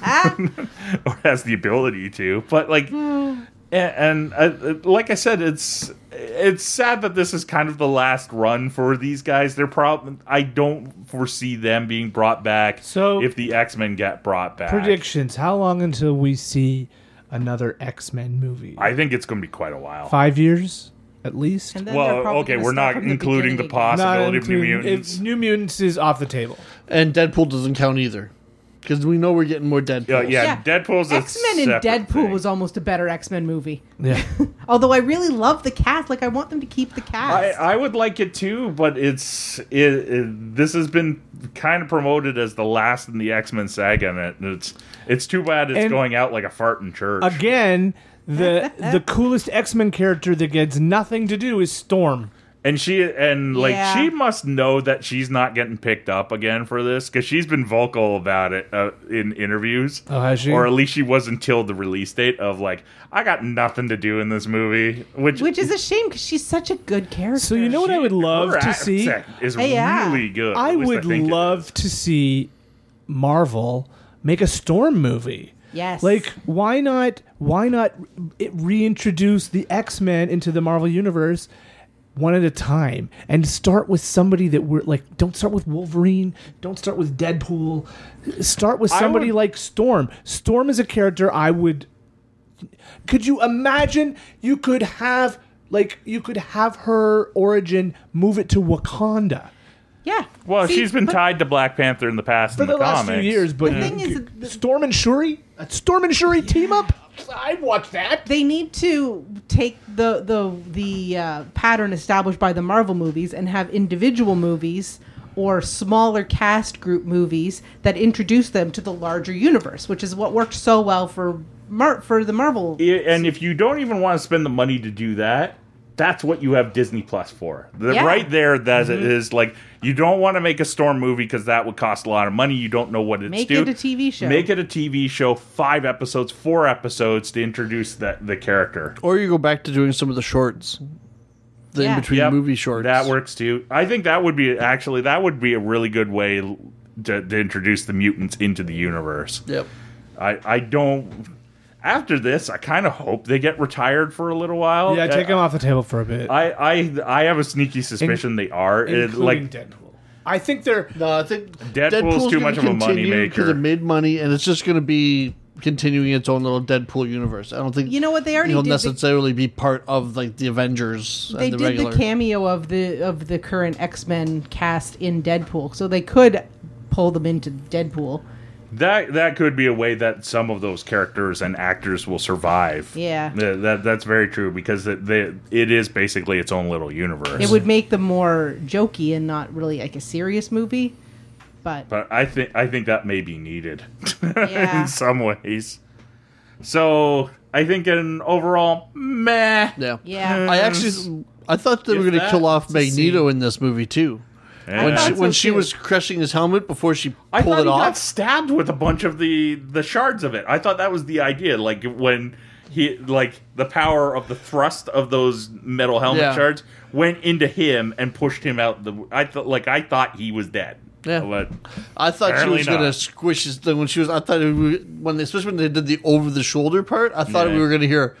(laughs) or has the ability to. But like, and, and uh, like I said, it's it's sad that this is kind of the last run for these guys. They're prob I don't foresee them being brought back. So- if the X Men get brought back, predictions. How long until we see another X Men movie? I think it's going to be quite a while. Five years, at least. And then they're Well, probably okay, gonna we're start not from the including the beginning again. possibility of New including- if Mutants. New Mutants is off the table. and Deadpool doesn't count either, because we know we're getting more Deadpool. Uh, yeah, Yeah. Deadpool's a X-Men separate and Deadpool thing. was almost a better X-Men movie. (laughs) Yeah. Although I really love the cast, like I want them to keep the I, cast. I would like it too, but it's it, it, this has been kind of promoted as the last in the X Men saga, and it, it's it's too bad it's And- going out like a fart in church. Again, the the coolest X Men character that gets nothing to do is Storm. and she and like Yeah. she must know that she's not getting picked up again for this because she's been vocal about it uh, in interviews. Oh, has she? Or at least she was until the release date of like I got nothing to do in this movie, which which is a shame because she's such a good character. So you know what I would love her to see? accent is yeah. really good. I At least would think it is. love to see Marvel make a Storm movie. Yes. Like why not why not it reintroduce the X-Men into the Marvel universe one at a time and start with somebody that we're like don't start with Wolverine, don't start with Deadpool, start with somebody would- like Storm. Storm is a character I would could you imagine you could have like you could have her origin move it to Wakanda. yeah. Well, See, she's been but tied to Black Panther in the past for in the, the, last few comics. years. But The thing is, that th- Storm and Shuri, a Storm and Shuri team up. I watch that. they need to take the the the uh, pattern established by the Marvel movies and have individual movies or smaller cast group movies that introduce them to the larger universe, which is what worked so well for Mar- for the Marvel. I- and if you don't even want to spend the money to do that, that's what you have Disney Plus for. The- Yeah. Mm-hmm. Right there, that it is like you don't want to make a storm movie because that would cost a lot of money. You don't know what it's Make due. it a TV show. Make it a TV show. Five episodes, four episodes to introduce that the character. Or you go back to doing some of the shorts, the Yeah. in between Yep, movie shorts. that works too. I think that would be actually that would be a really good way l- to, to introduce the mutants into the universe. Yep. I I don't. After this, I kind of hope they get retired for a little while. Yeah, take I, him off the table for a bit, I, I I have a sneaky suspicion they are. It, including like Deadpool. I think they're No, I think Deadpool's too much of a moneymaker. because it made money, and it's just going to be continuing its own little Deadpool universe. I don't think You know what they already he'll did? They- necessarily be part of like the Avengers they and the did regular. the cameo of the of the current X Men cast in Deadpool, so they could pull them into Deadpool. that that could be a way that some of those characters and actors will survive. Yeah. Th- that that's very true because it they, it is basically its own little universe. It would make them more jokey and not really like a serious movie. But but I think I think that may be needed (laughs) Yeah. in some ways. So I think in overall, meh. yeah, Yeah. Mm. I actually, I thought they If were going to kill that- off Magneto in this movie too. When Yeah. she, when so, she too. was crushing his helmet before she I pulled thought it he got off, stabbed with a bunch of the the shards of it. I thought that was the idea. Like when he like the power of the thrust of those metal helmet Yeah. shards went into him and pushed him out. The I thought like I thought he was dead. Yeah. But I thought Apparently she was going to not. squish his thing when she was. I thought it would- when they, especially when they did the over the shoulder part, I thought Yeah. we were going to hear,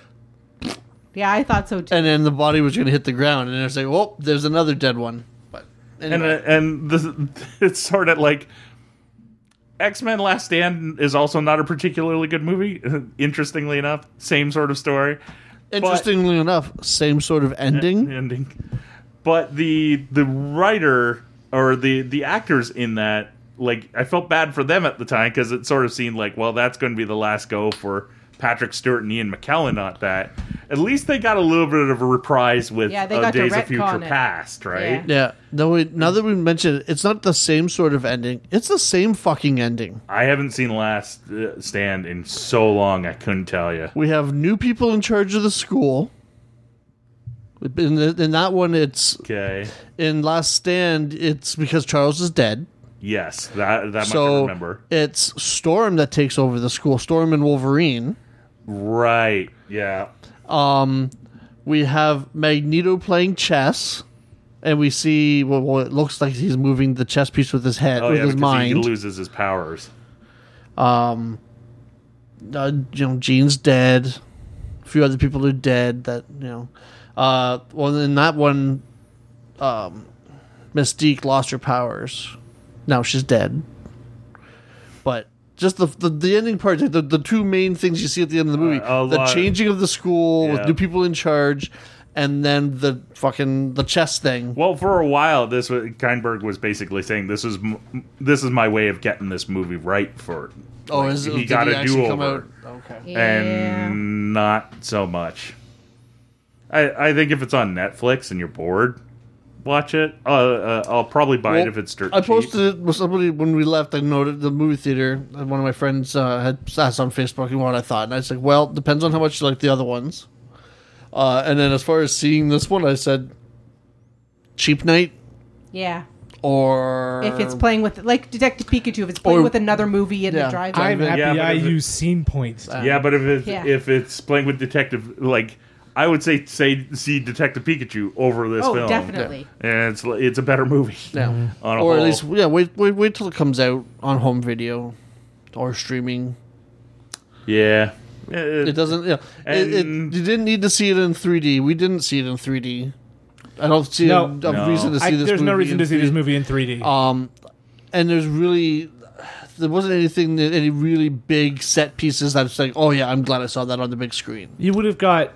Yeah, I thought so too. and then the body was going to hit the ground, and it's like, oh, there's another dead one. But and anyway, uh, and the, (laughs) it's sort of like X Men: Last Stand is also not a particularly good movie. (laughs) Interestingly enough, same sort of story, interestingly enough, same sort of ending. ending. But the the writer or the the actors in that, like, I felt bad for them at the time because it sort of seemed like, well, that's going to be the last go for Patrick Stewart and Ian McKellen. Not that. At least they got a little bit of a reprise with Yeah, they uh, got to Days of Future retcon it. Past, right? Yeah. No, wait, now that we mentioned it, it's not the same sort of ending. It's the same fucking ending. I haven't seen Last uh, Stand in so long. I couldn't tell you. We have new people in charge of the school. In, the, in that one, it's Okay. in Last Stand. It's because Charles is dead. Yes, that that much I so remember. it's Storm that takes over the school. Storm and Wolverine. Right. Yeah. Um, we have Magneto playing chess, and we see well, well, it looks like he's moving the chess piece with his head, Oh with yeah, his because he mind. loses his powers. uh, you know, Jean's dead. A few other people are dead. That you know, uh, well, in that one, um, Mystique lost her powers. Now she's dead. But just the the, the ending part, the the two main things you see at the end of the movie: Uh, a the lot- changing of the school Yeah. with new people in charge, and then the fucking the chess thing. Well, for a while, this was, Kindberg was basically saying, "This is m- this is my way of getting this movie right for it." oh, like, is he did got a actually come do-over. out? Okay. yeah. and not so much. I I think if it's on Netflix and you're bored, watch it. Uh, uh, I'll probably buy it Well, if it's dirt. I cheap. posted it with somebody when we left. I noted the movie theater. and One of my friends uh, had asked on Facebook and what I thought, and I was like, "Well, depends on how much you like the other ones." Uh, and then as far as seeing this one, I said, "Cheap night," yeah. or If it's playing with like Detective Pikachu, if it's playing Um, Or- with another movie in Yeah. the drive, I'm happy Yeah, but I if it- use scene points. Yeah, but if it's Yeah. if it's playing with Detective, like I would say, say see Detective Pikachu over this oh, film. definitely. And it's it's a better movie. (laughs) yeah, Mm-hmm. On a or at whole. least yeah, wait, wait, wait till it comes out on home video or streaming. Yeah. It, It doesn't. Yeah, it, it, you And- didn't need to see it in 3D. We didn't see it in 3D. I don't see No. a, a No. reason to see I, this. there's no movie reason in to see this 3D. movie in 3D. Um, and there's really there wasn't anything that any really big set pieces that it's like, oh yeah, I'm glad I saw that on the big screen. you would have got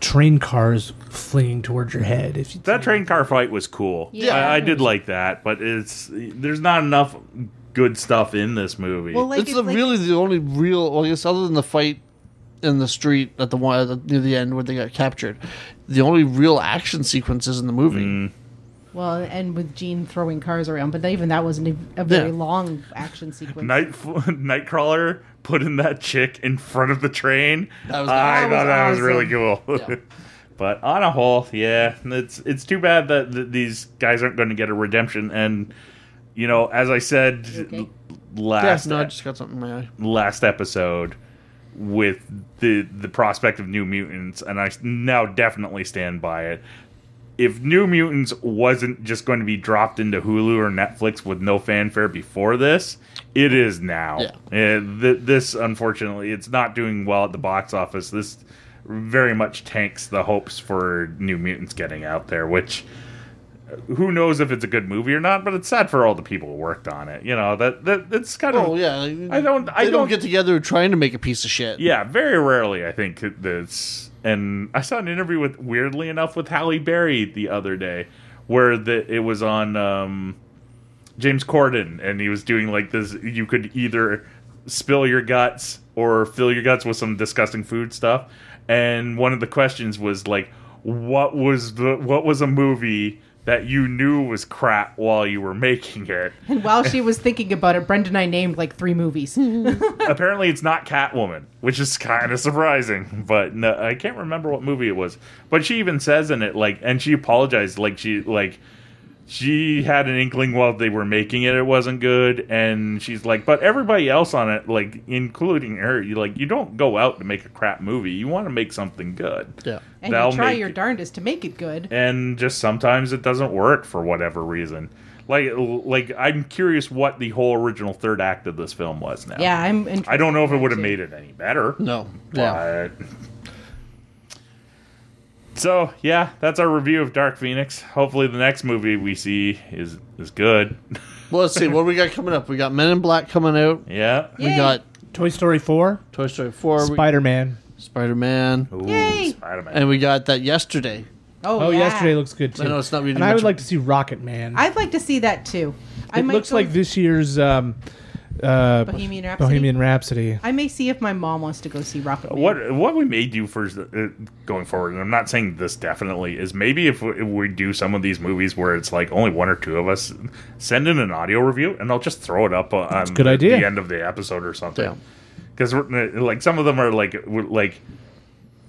train cars flinging towards your head if you That train car fight was cool. Yeah. I, I did like that, but it's there's not enough good stuff in this movie. Well, like it's the, like- really the only real, well, I guess, other than the fight in the street at the one at the- near the end where they got captured, the only real action sequences in the movie. Mm. well, and with Jean throwing cars around, but even that wasn't a, a very Yeah. long action sequence. Night (laughs) Nightcrawler putting that chick in front of the train. That was- I that thought was that was really cool. Yeah. (laughs) but on a whole, yeah, it's it's too bad that th- these guys aren't going to get a redemption. And you know, as I said okay? l- last yeah, no, I just got something in my eye. last episode with the the prospect of New Mutants, and I s- now definitely stand by it. If New Mutants wasn't just going to be dropped into Hulu or Netflix with no fanfare before this, it is now. Yeah. And th- this, unfortunately, it's not doing well at the box office. This very much tanks the hopes for New Mutants getting out there, which who knows if it's a good movie or not. But it's sad for all the people who worked on it. You know that that that's kind of Oh yeah, I don't- I they don't- get together trying to make a piece of shit. yeah, very rarely I think that's. And I saw an interview with, weirdly enough, with Halle Berry the other day, where the it was on um, James Corden, and he was doing like this. You could either spill your guts or fill your guts with some disgusting food stuff. And one of the questions was like, "What was the what was a movie that you knew was crap while you were making it?" And while she was thinking about it, Brenda and I named like three movies. apparently it's not Catwoman, which is kind of surprising. But no, I can't remember what movie it was. But she even says in it like, and she apologized like she like she had an inkling while they were making it it wasn't good and she's like but everybody else on it like including her you like you don't go out to make a crap movie you want to make something good yeah. And That'll you try make your it- darndest to make it good. and just sometimes it doesn't work for whatever reason. Like, like I'm curious what the whole original third act of this film was. Now, Yeah, I'm. I don't know if it would have interested. made it any better. No. Yeah. But so yeah, that's our review of Dark Phoenix. Hopefully, the next movie we see is is good. (laughs) Well, let's see. What do we got coming up? We got Men in Black coming out. yeah. Yay. We got Toy Story 4, Toy Story 4, Spider Man. Spider Man, Yay. Spider Oh, Man. and we got that yesterday. Oh, Oh, yeah. yesterday looks good too. I know it's not really and I would much- like to see Rocket Man. I'd like to see that too. I it might looks go- like this year's um, uh, Bohemian Rhapsody? Bohemian Rhapsody. I may see if my mom wants to go see Rocket. Man. What what we may do for uh, going forward, and I'm not saying this definitely is maybe if we, if we do some of these movies where it's like only one or two of us, send in an audio review, and I'll just throw it up on a good idea. the end of the episode or Yeah. something. Because like some of them are like we're- like.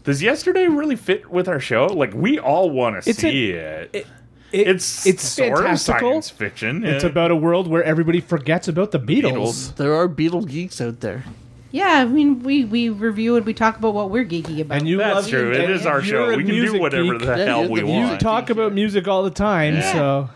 Does yesterday really fit with our show? Like we all want to It's a- see it. It- It's it's sort of fantastical. science fiction. It's Yeah. about a world where everybody forgets about the Beatles. Beatles. There are Beetle geeks out there. Yeah, I mean, we we review and we talk about what we're geeky about. And you That's love true. and It is our you're show. a We can do music whatever geek. the Yeah, hell you're we the You want. talk about music all the time, Yeah. so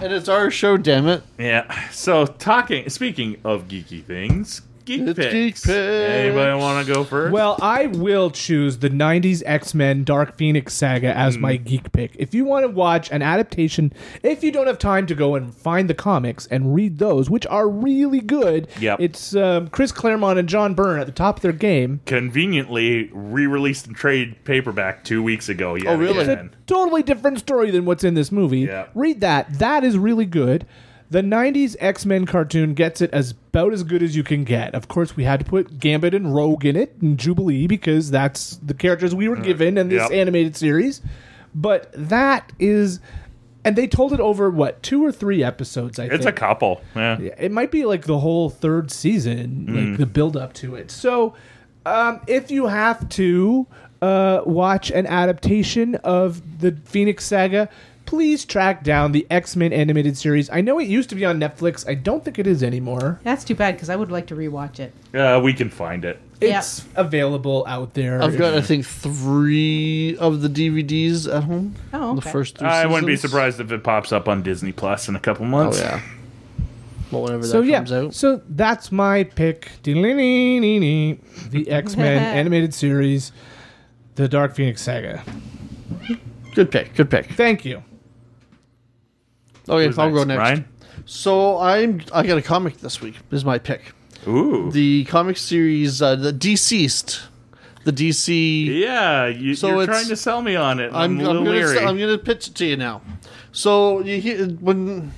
And it's our show, damn it. Yeah. So talking, speaking of geeky things, geek It's picks. Geek Picks. Anybody want to go first? well, I will choose the '90s X-Men Dark Phoenix saga as Hmm. my geek pick. If you want to watch an adaptation, if you don't have time to go and find the comics and read those, which are really good, Yep. it's um, Chris Claremont and John Byrne at the top of their game. conveniently re-released the trade paperback two weeks ago. Oh, Yeah. really? It's a totally different story than what's in this movie. Yeah. Read that. That is really good. The 90s X Men cartoon gets it as about as good as you can get. Of course, we had to put Gambit and Rogue in it and Jubilee because that's the characters we were given in this Mm. Yep. animated series. But that is. And they told it over, what, two or three episodes, I think. It's a couple. Yeah. Yeah, it might be like the whole third season, Mm-hmm. like the build up to it. So, um, if you have to uh, watch an adaptation of the Phoenix Saga, please track down the X Men animated series. I know it used to be on Netflix. I don't think it is anymore. That's too bad because I would like to rewatch it. Uh, we can find it. Yeah. It's available out there. I've got, I think, three of the DVDs at home. Oh, The okay. first three I wouldn't be seasons. surprised if it pops up on Disney Plus in a couple Oh, months. yeah. Well, whenever that So yeah, comes out. so that's my pick. The X Men animated series, the Dark Phoenix Saga. Good pick. Good pick. Thank you. Okay, Who's I'll go next. Ryan? So I'm I got a comic this week. Is my pick. Ooh. The comic series, uh, the deceased, the DC. yeah. You, So you're it's- trying to sell me on it. I'm, I'm, a I'm little gonna leery. i I'm gonna pitch it to you now. So you hear when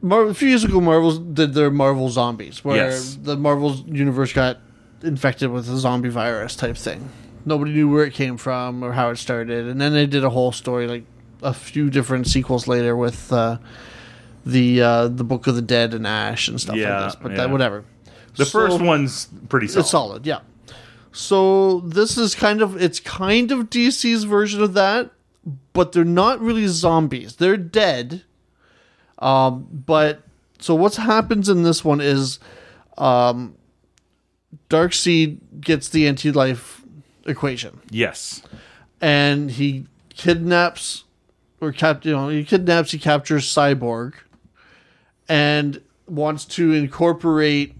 Marvel, a few years ago, Marvel did their Marvel Zombies, where Yes. the Marvel universe got infected with a zombie virus type thing. Nobody knew where it came from or how it started, and then they did a whole story like a few different sequels later with uh, the uh, the Book of the Dead and Ash and stuff Yeah, like this. But yeah. that whatever. the first So- one's pretty solid. it's solid, yeah. So this is kind of it's kind of DC's version of that, but they're not really zombies. They're dead. Um, but so what's happens in this one is um Darkseid gets the anti-life equation Yes. and he kidnaps or cap you know, he kidnaps he captures cyborg and wants to incorporate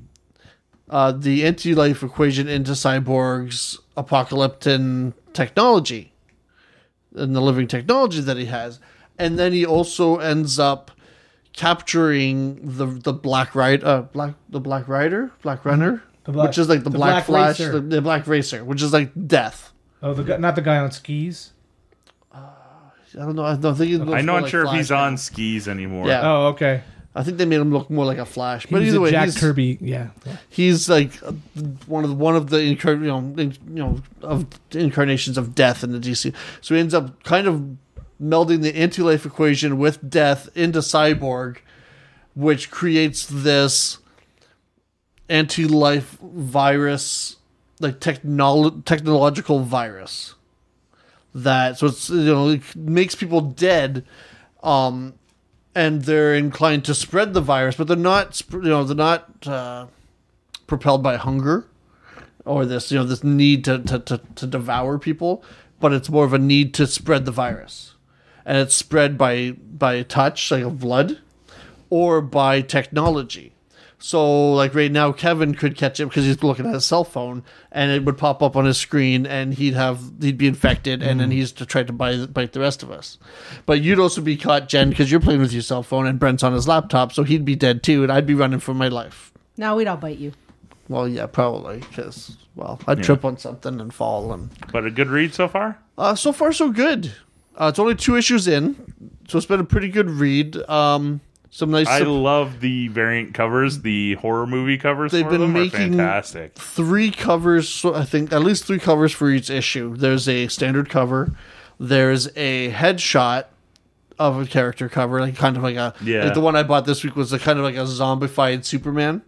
uh, the anti-life equation into cyborg's apocalyptic technology and the living technology that he has and then he also ends up capturing the the black rider uh, black the black rider black runner Black- which is like the, the black, Black flash Racer. the, the black racer which is like death Oh, the guy, not the guy on skis. I don't know. I don't think. It looks I'm more not like sure if Flash he's now. on skis anymore. Yeah, Oh, okay. I think they made him look more like a Flash. But But either way, Jack he's, Kirby, yeah. he's like uh, one of the, one of the incar- you know in, you know of incarnations of death in the DC. So he ends up kind of melding the anti-life equation with death into Cyborg, which creates this anti-life virus, like technolo- technological virus. That so it's you know it makes people dead. Um, and they're inclined to spread the virus, but they're not, sp- you know, they're not uh, propelled by hunger or this, you know, this need to, to, to, to devour people, but it's more of a need to spread the virus. and it's spread by by touch, like a blood, or by technology. So, like right now, Kevin could catch it because he's looking at his cell phone, and it would pop up on his screen, and he'd have he'd be infected, and then he's to try to bite, bite the rest of us. But you'd also be caught, Jen, because you're playing with your cell phone, and Brent's on his laptop, so he'd be dead too, and I'd be running for my life. Now we'd all bite you. Well, yeah, probably because well, I'd trip on something and fall, and But a good read so far. uh, so far, so good. Uh, it's only two issues in, so it's been a pretty good read. Um, some nice I sup- love the variant covers. The horror movie covers. They've for been them making- are fantastic. three covers. so I think at least three covers for each issue. There's a standard cover. There's a headshot of a character cover, like kind of like a Yeah. like the one I bought this week was a kind of like a zombified Superman.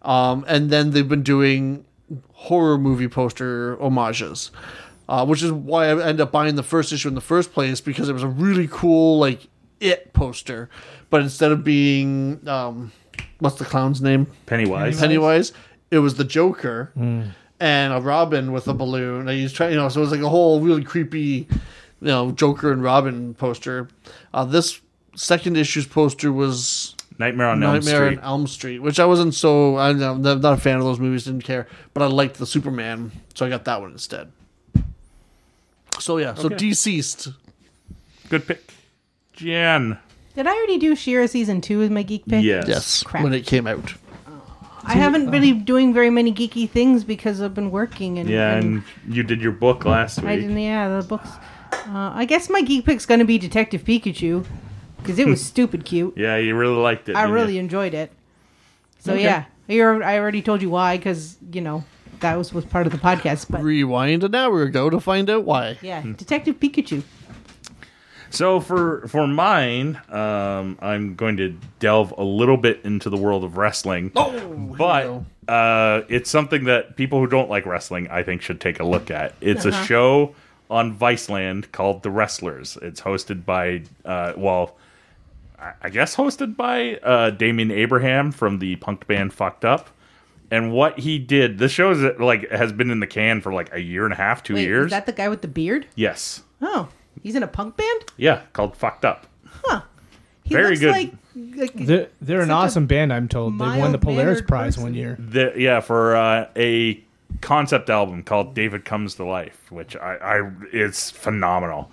Um, and then they've been doing horror movie poster homages, uh, which is why I ended up buying the first issue in the first place because it was a really cool like it poster, but instead of being um, what's the clown's name? Pennywise. Pennywise. It was the Joker Hmm. and a Robin with a balloon. And he's trying, you know, so it was like a whole really creepy, you know, Joker and Robin poster. Uh, this second issue's poster was Nightmare on Elm Nightmare Street. on Elm Street, which I wasn't so. I'm not I'm not a fan of those movies. Didn't care, but I liked the Superman, so I got that one instead. So yeah, so deceased. Good pick, Jan. Did I already do Shira season two with my geek pick? Yes. Yes, Crap. when it came out. I haven't been doing very many geeky things because I've been working and Yeah, and you did your book last I week. didn't. Yeah, the books. Uh, I guess my geek pick's gonna be Detective Pikachu because (laughs) it was stupid cute. Yeah, you really liked it. I didn't you? really enjoyed it. So yeah, You're, I already told you why because you know that was was part of the podcast. But Rewind an hour ago to find out why. yeah, Hmm. Detective Pikachu. So for for mine, um, I'm going to delve a little bit into the world of wrestling. Oh, but uh, it's something that people who don't like wrestling, I think, should take a look at. It's Uh-huh. a show on Viceland called The Wrestlers. It's hosted by uh, well, I- I guess hosted by uh, Damien Abraham from the punk band Fucked Up. And what he did, this show is like has been in the can for like a year and a half, two Wait, years. is that the guy with the beard? yes, Oh, he's in a punk band. yeah, called Fucked Up. He Very looks good. Like, like They're, they're an Such a awesome band, I'm told. They won the Polaris mild-mannered Prize person. one year. the, yeah for uh, a concept album called David Comes to Life, which I, I it's phenomenal.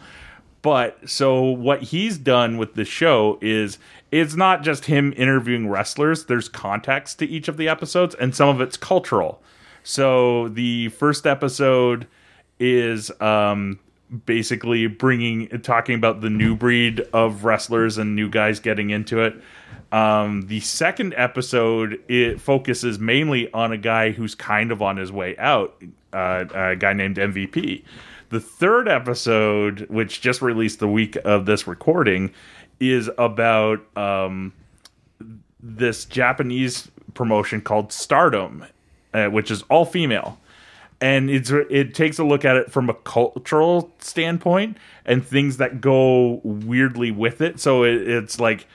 But so what he's done with the show is it's not just him interviewing wrestlers. There's context to each of the episodes, and some of it's cultural. So the first episode is um, basically bringing talking about the new breed of wrestlers and new guys getting into it. Um, the second episode it focuses mainly on a guy who's kind of on his way out, uh, a guy named MVP. The third episode, which just released the week of this recording, is about um, this Japanese promotion called Stardom, uh, which is all female, and it's it takes a look at it from a cultural standpoint and things that go weirdly with it. So it, it's like,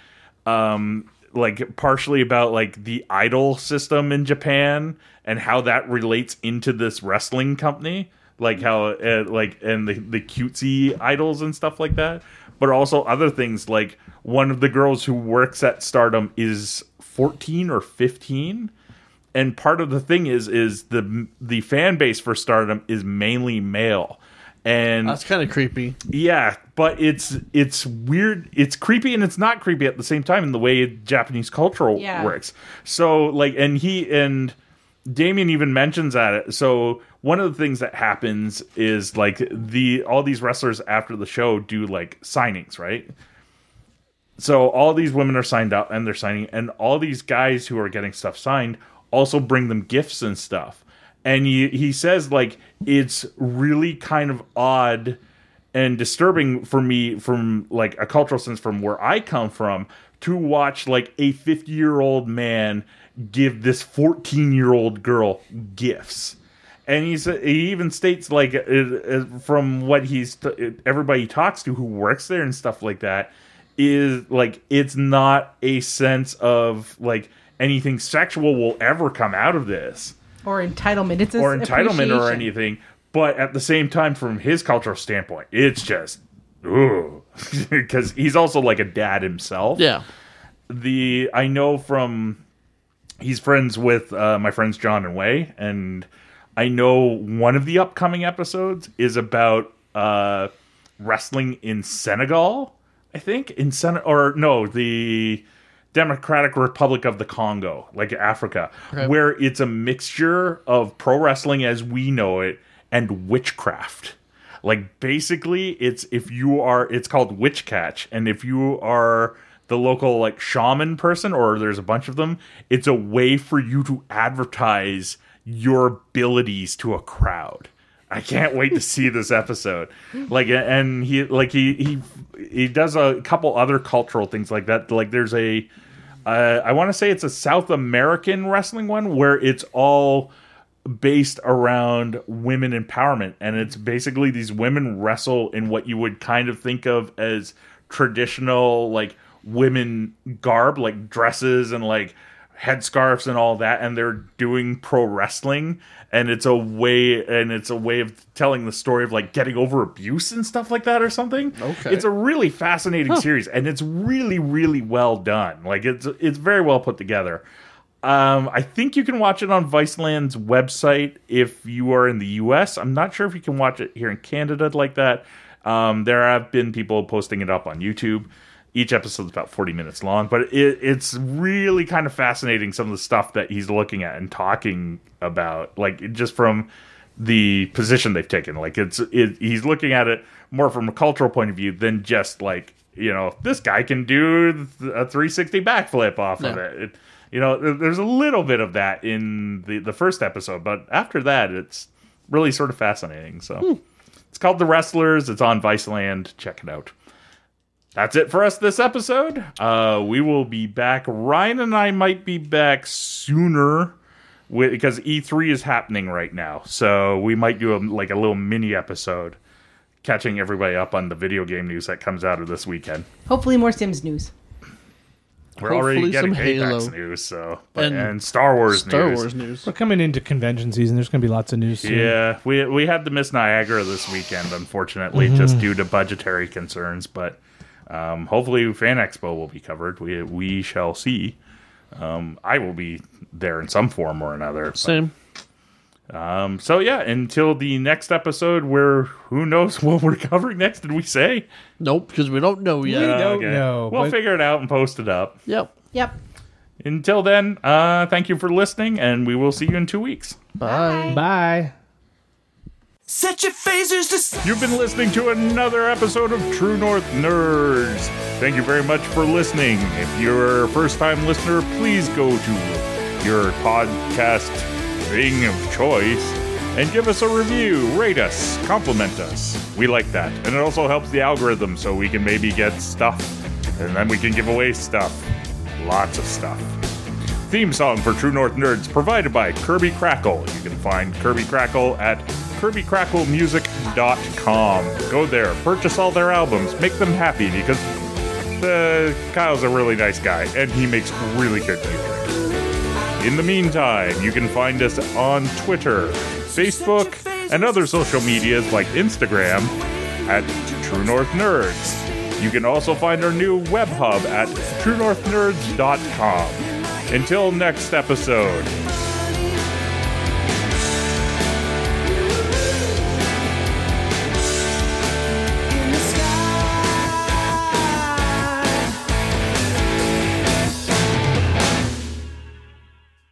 um, like partially about like the idol system in Japan and how that relates into this wrestling company, like how uh, like and the the cutesy idols and stuff like that. But also other things like one of the girls who works at Stardom is 14 or 15 and part of the thing is is the the fan base for Stardom is mainly male, and That's kind of creepy. yeah, but it's it's weird, it's creepy, and it's not creepy at the same time in the way Japanese culture Yeah. works. So like, and he and Damien even mentions at it. So one of the things that happens is like the all these wrestlers after the show do like signings, right? so all these women are signed up and they're signing and all these guys who are getting stuff signed also bring them gifts and stuff and he, he says like it's really kind of odd and disturbing for me from like a cultural sense from where i come from to watch like a 50 year old man give this 14 year old girl gifts and he's he even states like uh, uh, from what he's t- uh, everybody he talks to who works there and stuff like that is like it's not a sense of like anything sexual will ever come out of this or entitlement. It's a or entitlement or appreciation. anything but at the same time from his cultural standpoint it's just ooh, (laughs) because he's also like a dad himself. Yeah. the I know from he's friends with uh, my friends John and Way, and I know one of the upcoming episodes is about uh, wrestling in Senegal. I think in Sen or no the Democratic Republic of the Congo, like Africa, where it's a mixture of pro wrestling as we know it and witchcraft. Like basically, it's if you are, it's called witch catch, and if you are the local like shaman person, or there's a bunch of them, it's a way for you to advertise your abilities to a crowd. I can't wait to see this episode. Like, and he like he he he does a couple other cultural things like that. Like, there's a uh, I want to say it's a South American wrestling one where it's all based around women empowerment. And it's basically these women wrestle in what you would kind of think of as traditional, like, women garb, like dresses and like headscarves and all that. And they're doing pro wrestling. And it's a way, and it's a way of telling the story of like getting over abuse and stuff like that or something. Okay. It's a really fascinating series and it's really, really well done. Like, it's, it's very well put together. Um, I think you can watch it on Viceland's website if you are in the U.S. I'm not sure if you can watch it here in Canada like that. Um, there have been people posting it up on YouTube. Each episode's about 40 minutes long, but it, it's really kind of fascinating some of the stuff that he's looking at and talking about, like it- just from the position they've taken. Like it's it, he's looking at it more from a cultural point of view than just like you know this guy can do th- a 360 backflip off of Yeah. it. it. You know, th- there's a little bit of that in the the first episode, but after that, it's really sort of fascinating. So it's called The Wrestlers. It's on Viceland. Check it out. That's it for us this episode. Uh, we will be back. Ryan and I might be back sooner wi- because E3 is happening right now. So we might do a, like a little mini episode catching everybody up on the video game news that comes out of this weekend. Hopefully, more Sims news. We're already Hopefully getting some Apex Halo. news, so but, and, And Star Wars Star news. Wars news. We're coming into convention season. There's going to be lots of news. Soon. Yeah, we we had to miss Niagara this weekend, unfortunately, Mm-hmm. just due to budgetary concerns. But um, hopefully, Fan Expo will be covered. We we shall see. Um, I will be there in some form or another. But, Same. um, so yeah, until the next episode, where who knows (laughs) what we're covering next? Did we say? Nope, because we don't know yet. We don't know, We'll Oh, but- figure it out and post it up. Yep. Yep. Until then, uh, thank you for listening, and we will see you in two weeks. Bye. Bye. Set your phasers to sex. You've been listening to another episode of True North Nerds. Thank you very much for listening. If you're a first time listener, please go to your podcast thing of choice and give us a review, rate us, compliment us. We like that. And it also helps the algorithm so we can maybe get stuff and then we can give away stuff. Lots of stuff theme song for True North Nerds provided by Kirby Crackle. You can find Kirby Crackle at kirbycracklemusic.com. Go there, purchase all their albums, make them happy because uh, Kyle's a really nice guy and he makes really good music. In the meantime, you can find us on Twitter, Facebook, and other social medias like Instagram at True North Nerds. You can also find our new web hub at truenorthnerds.com. Until next episode,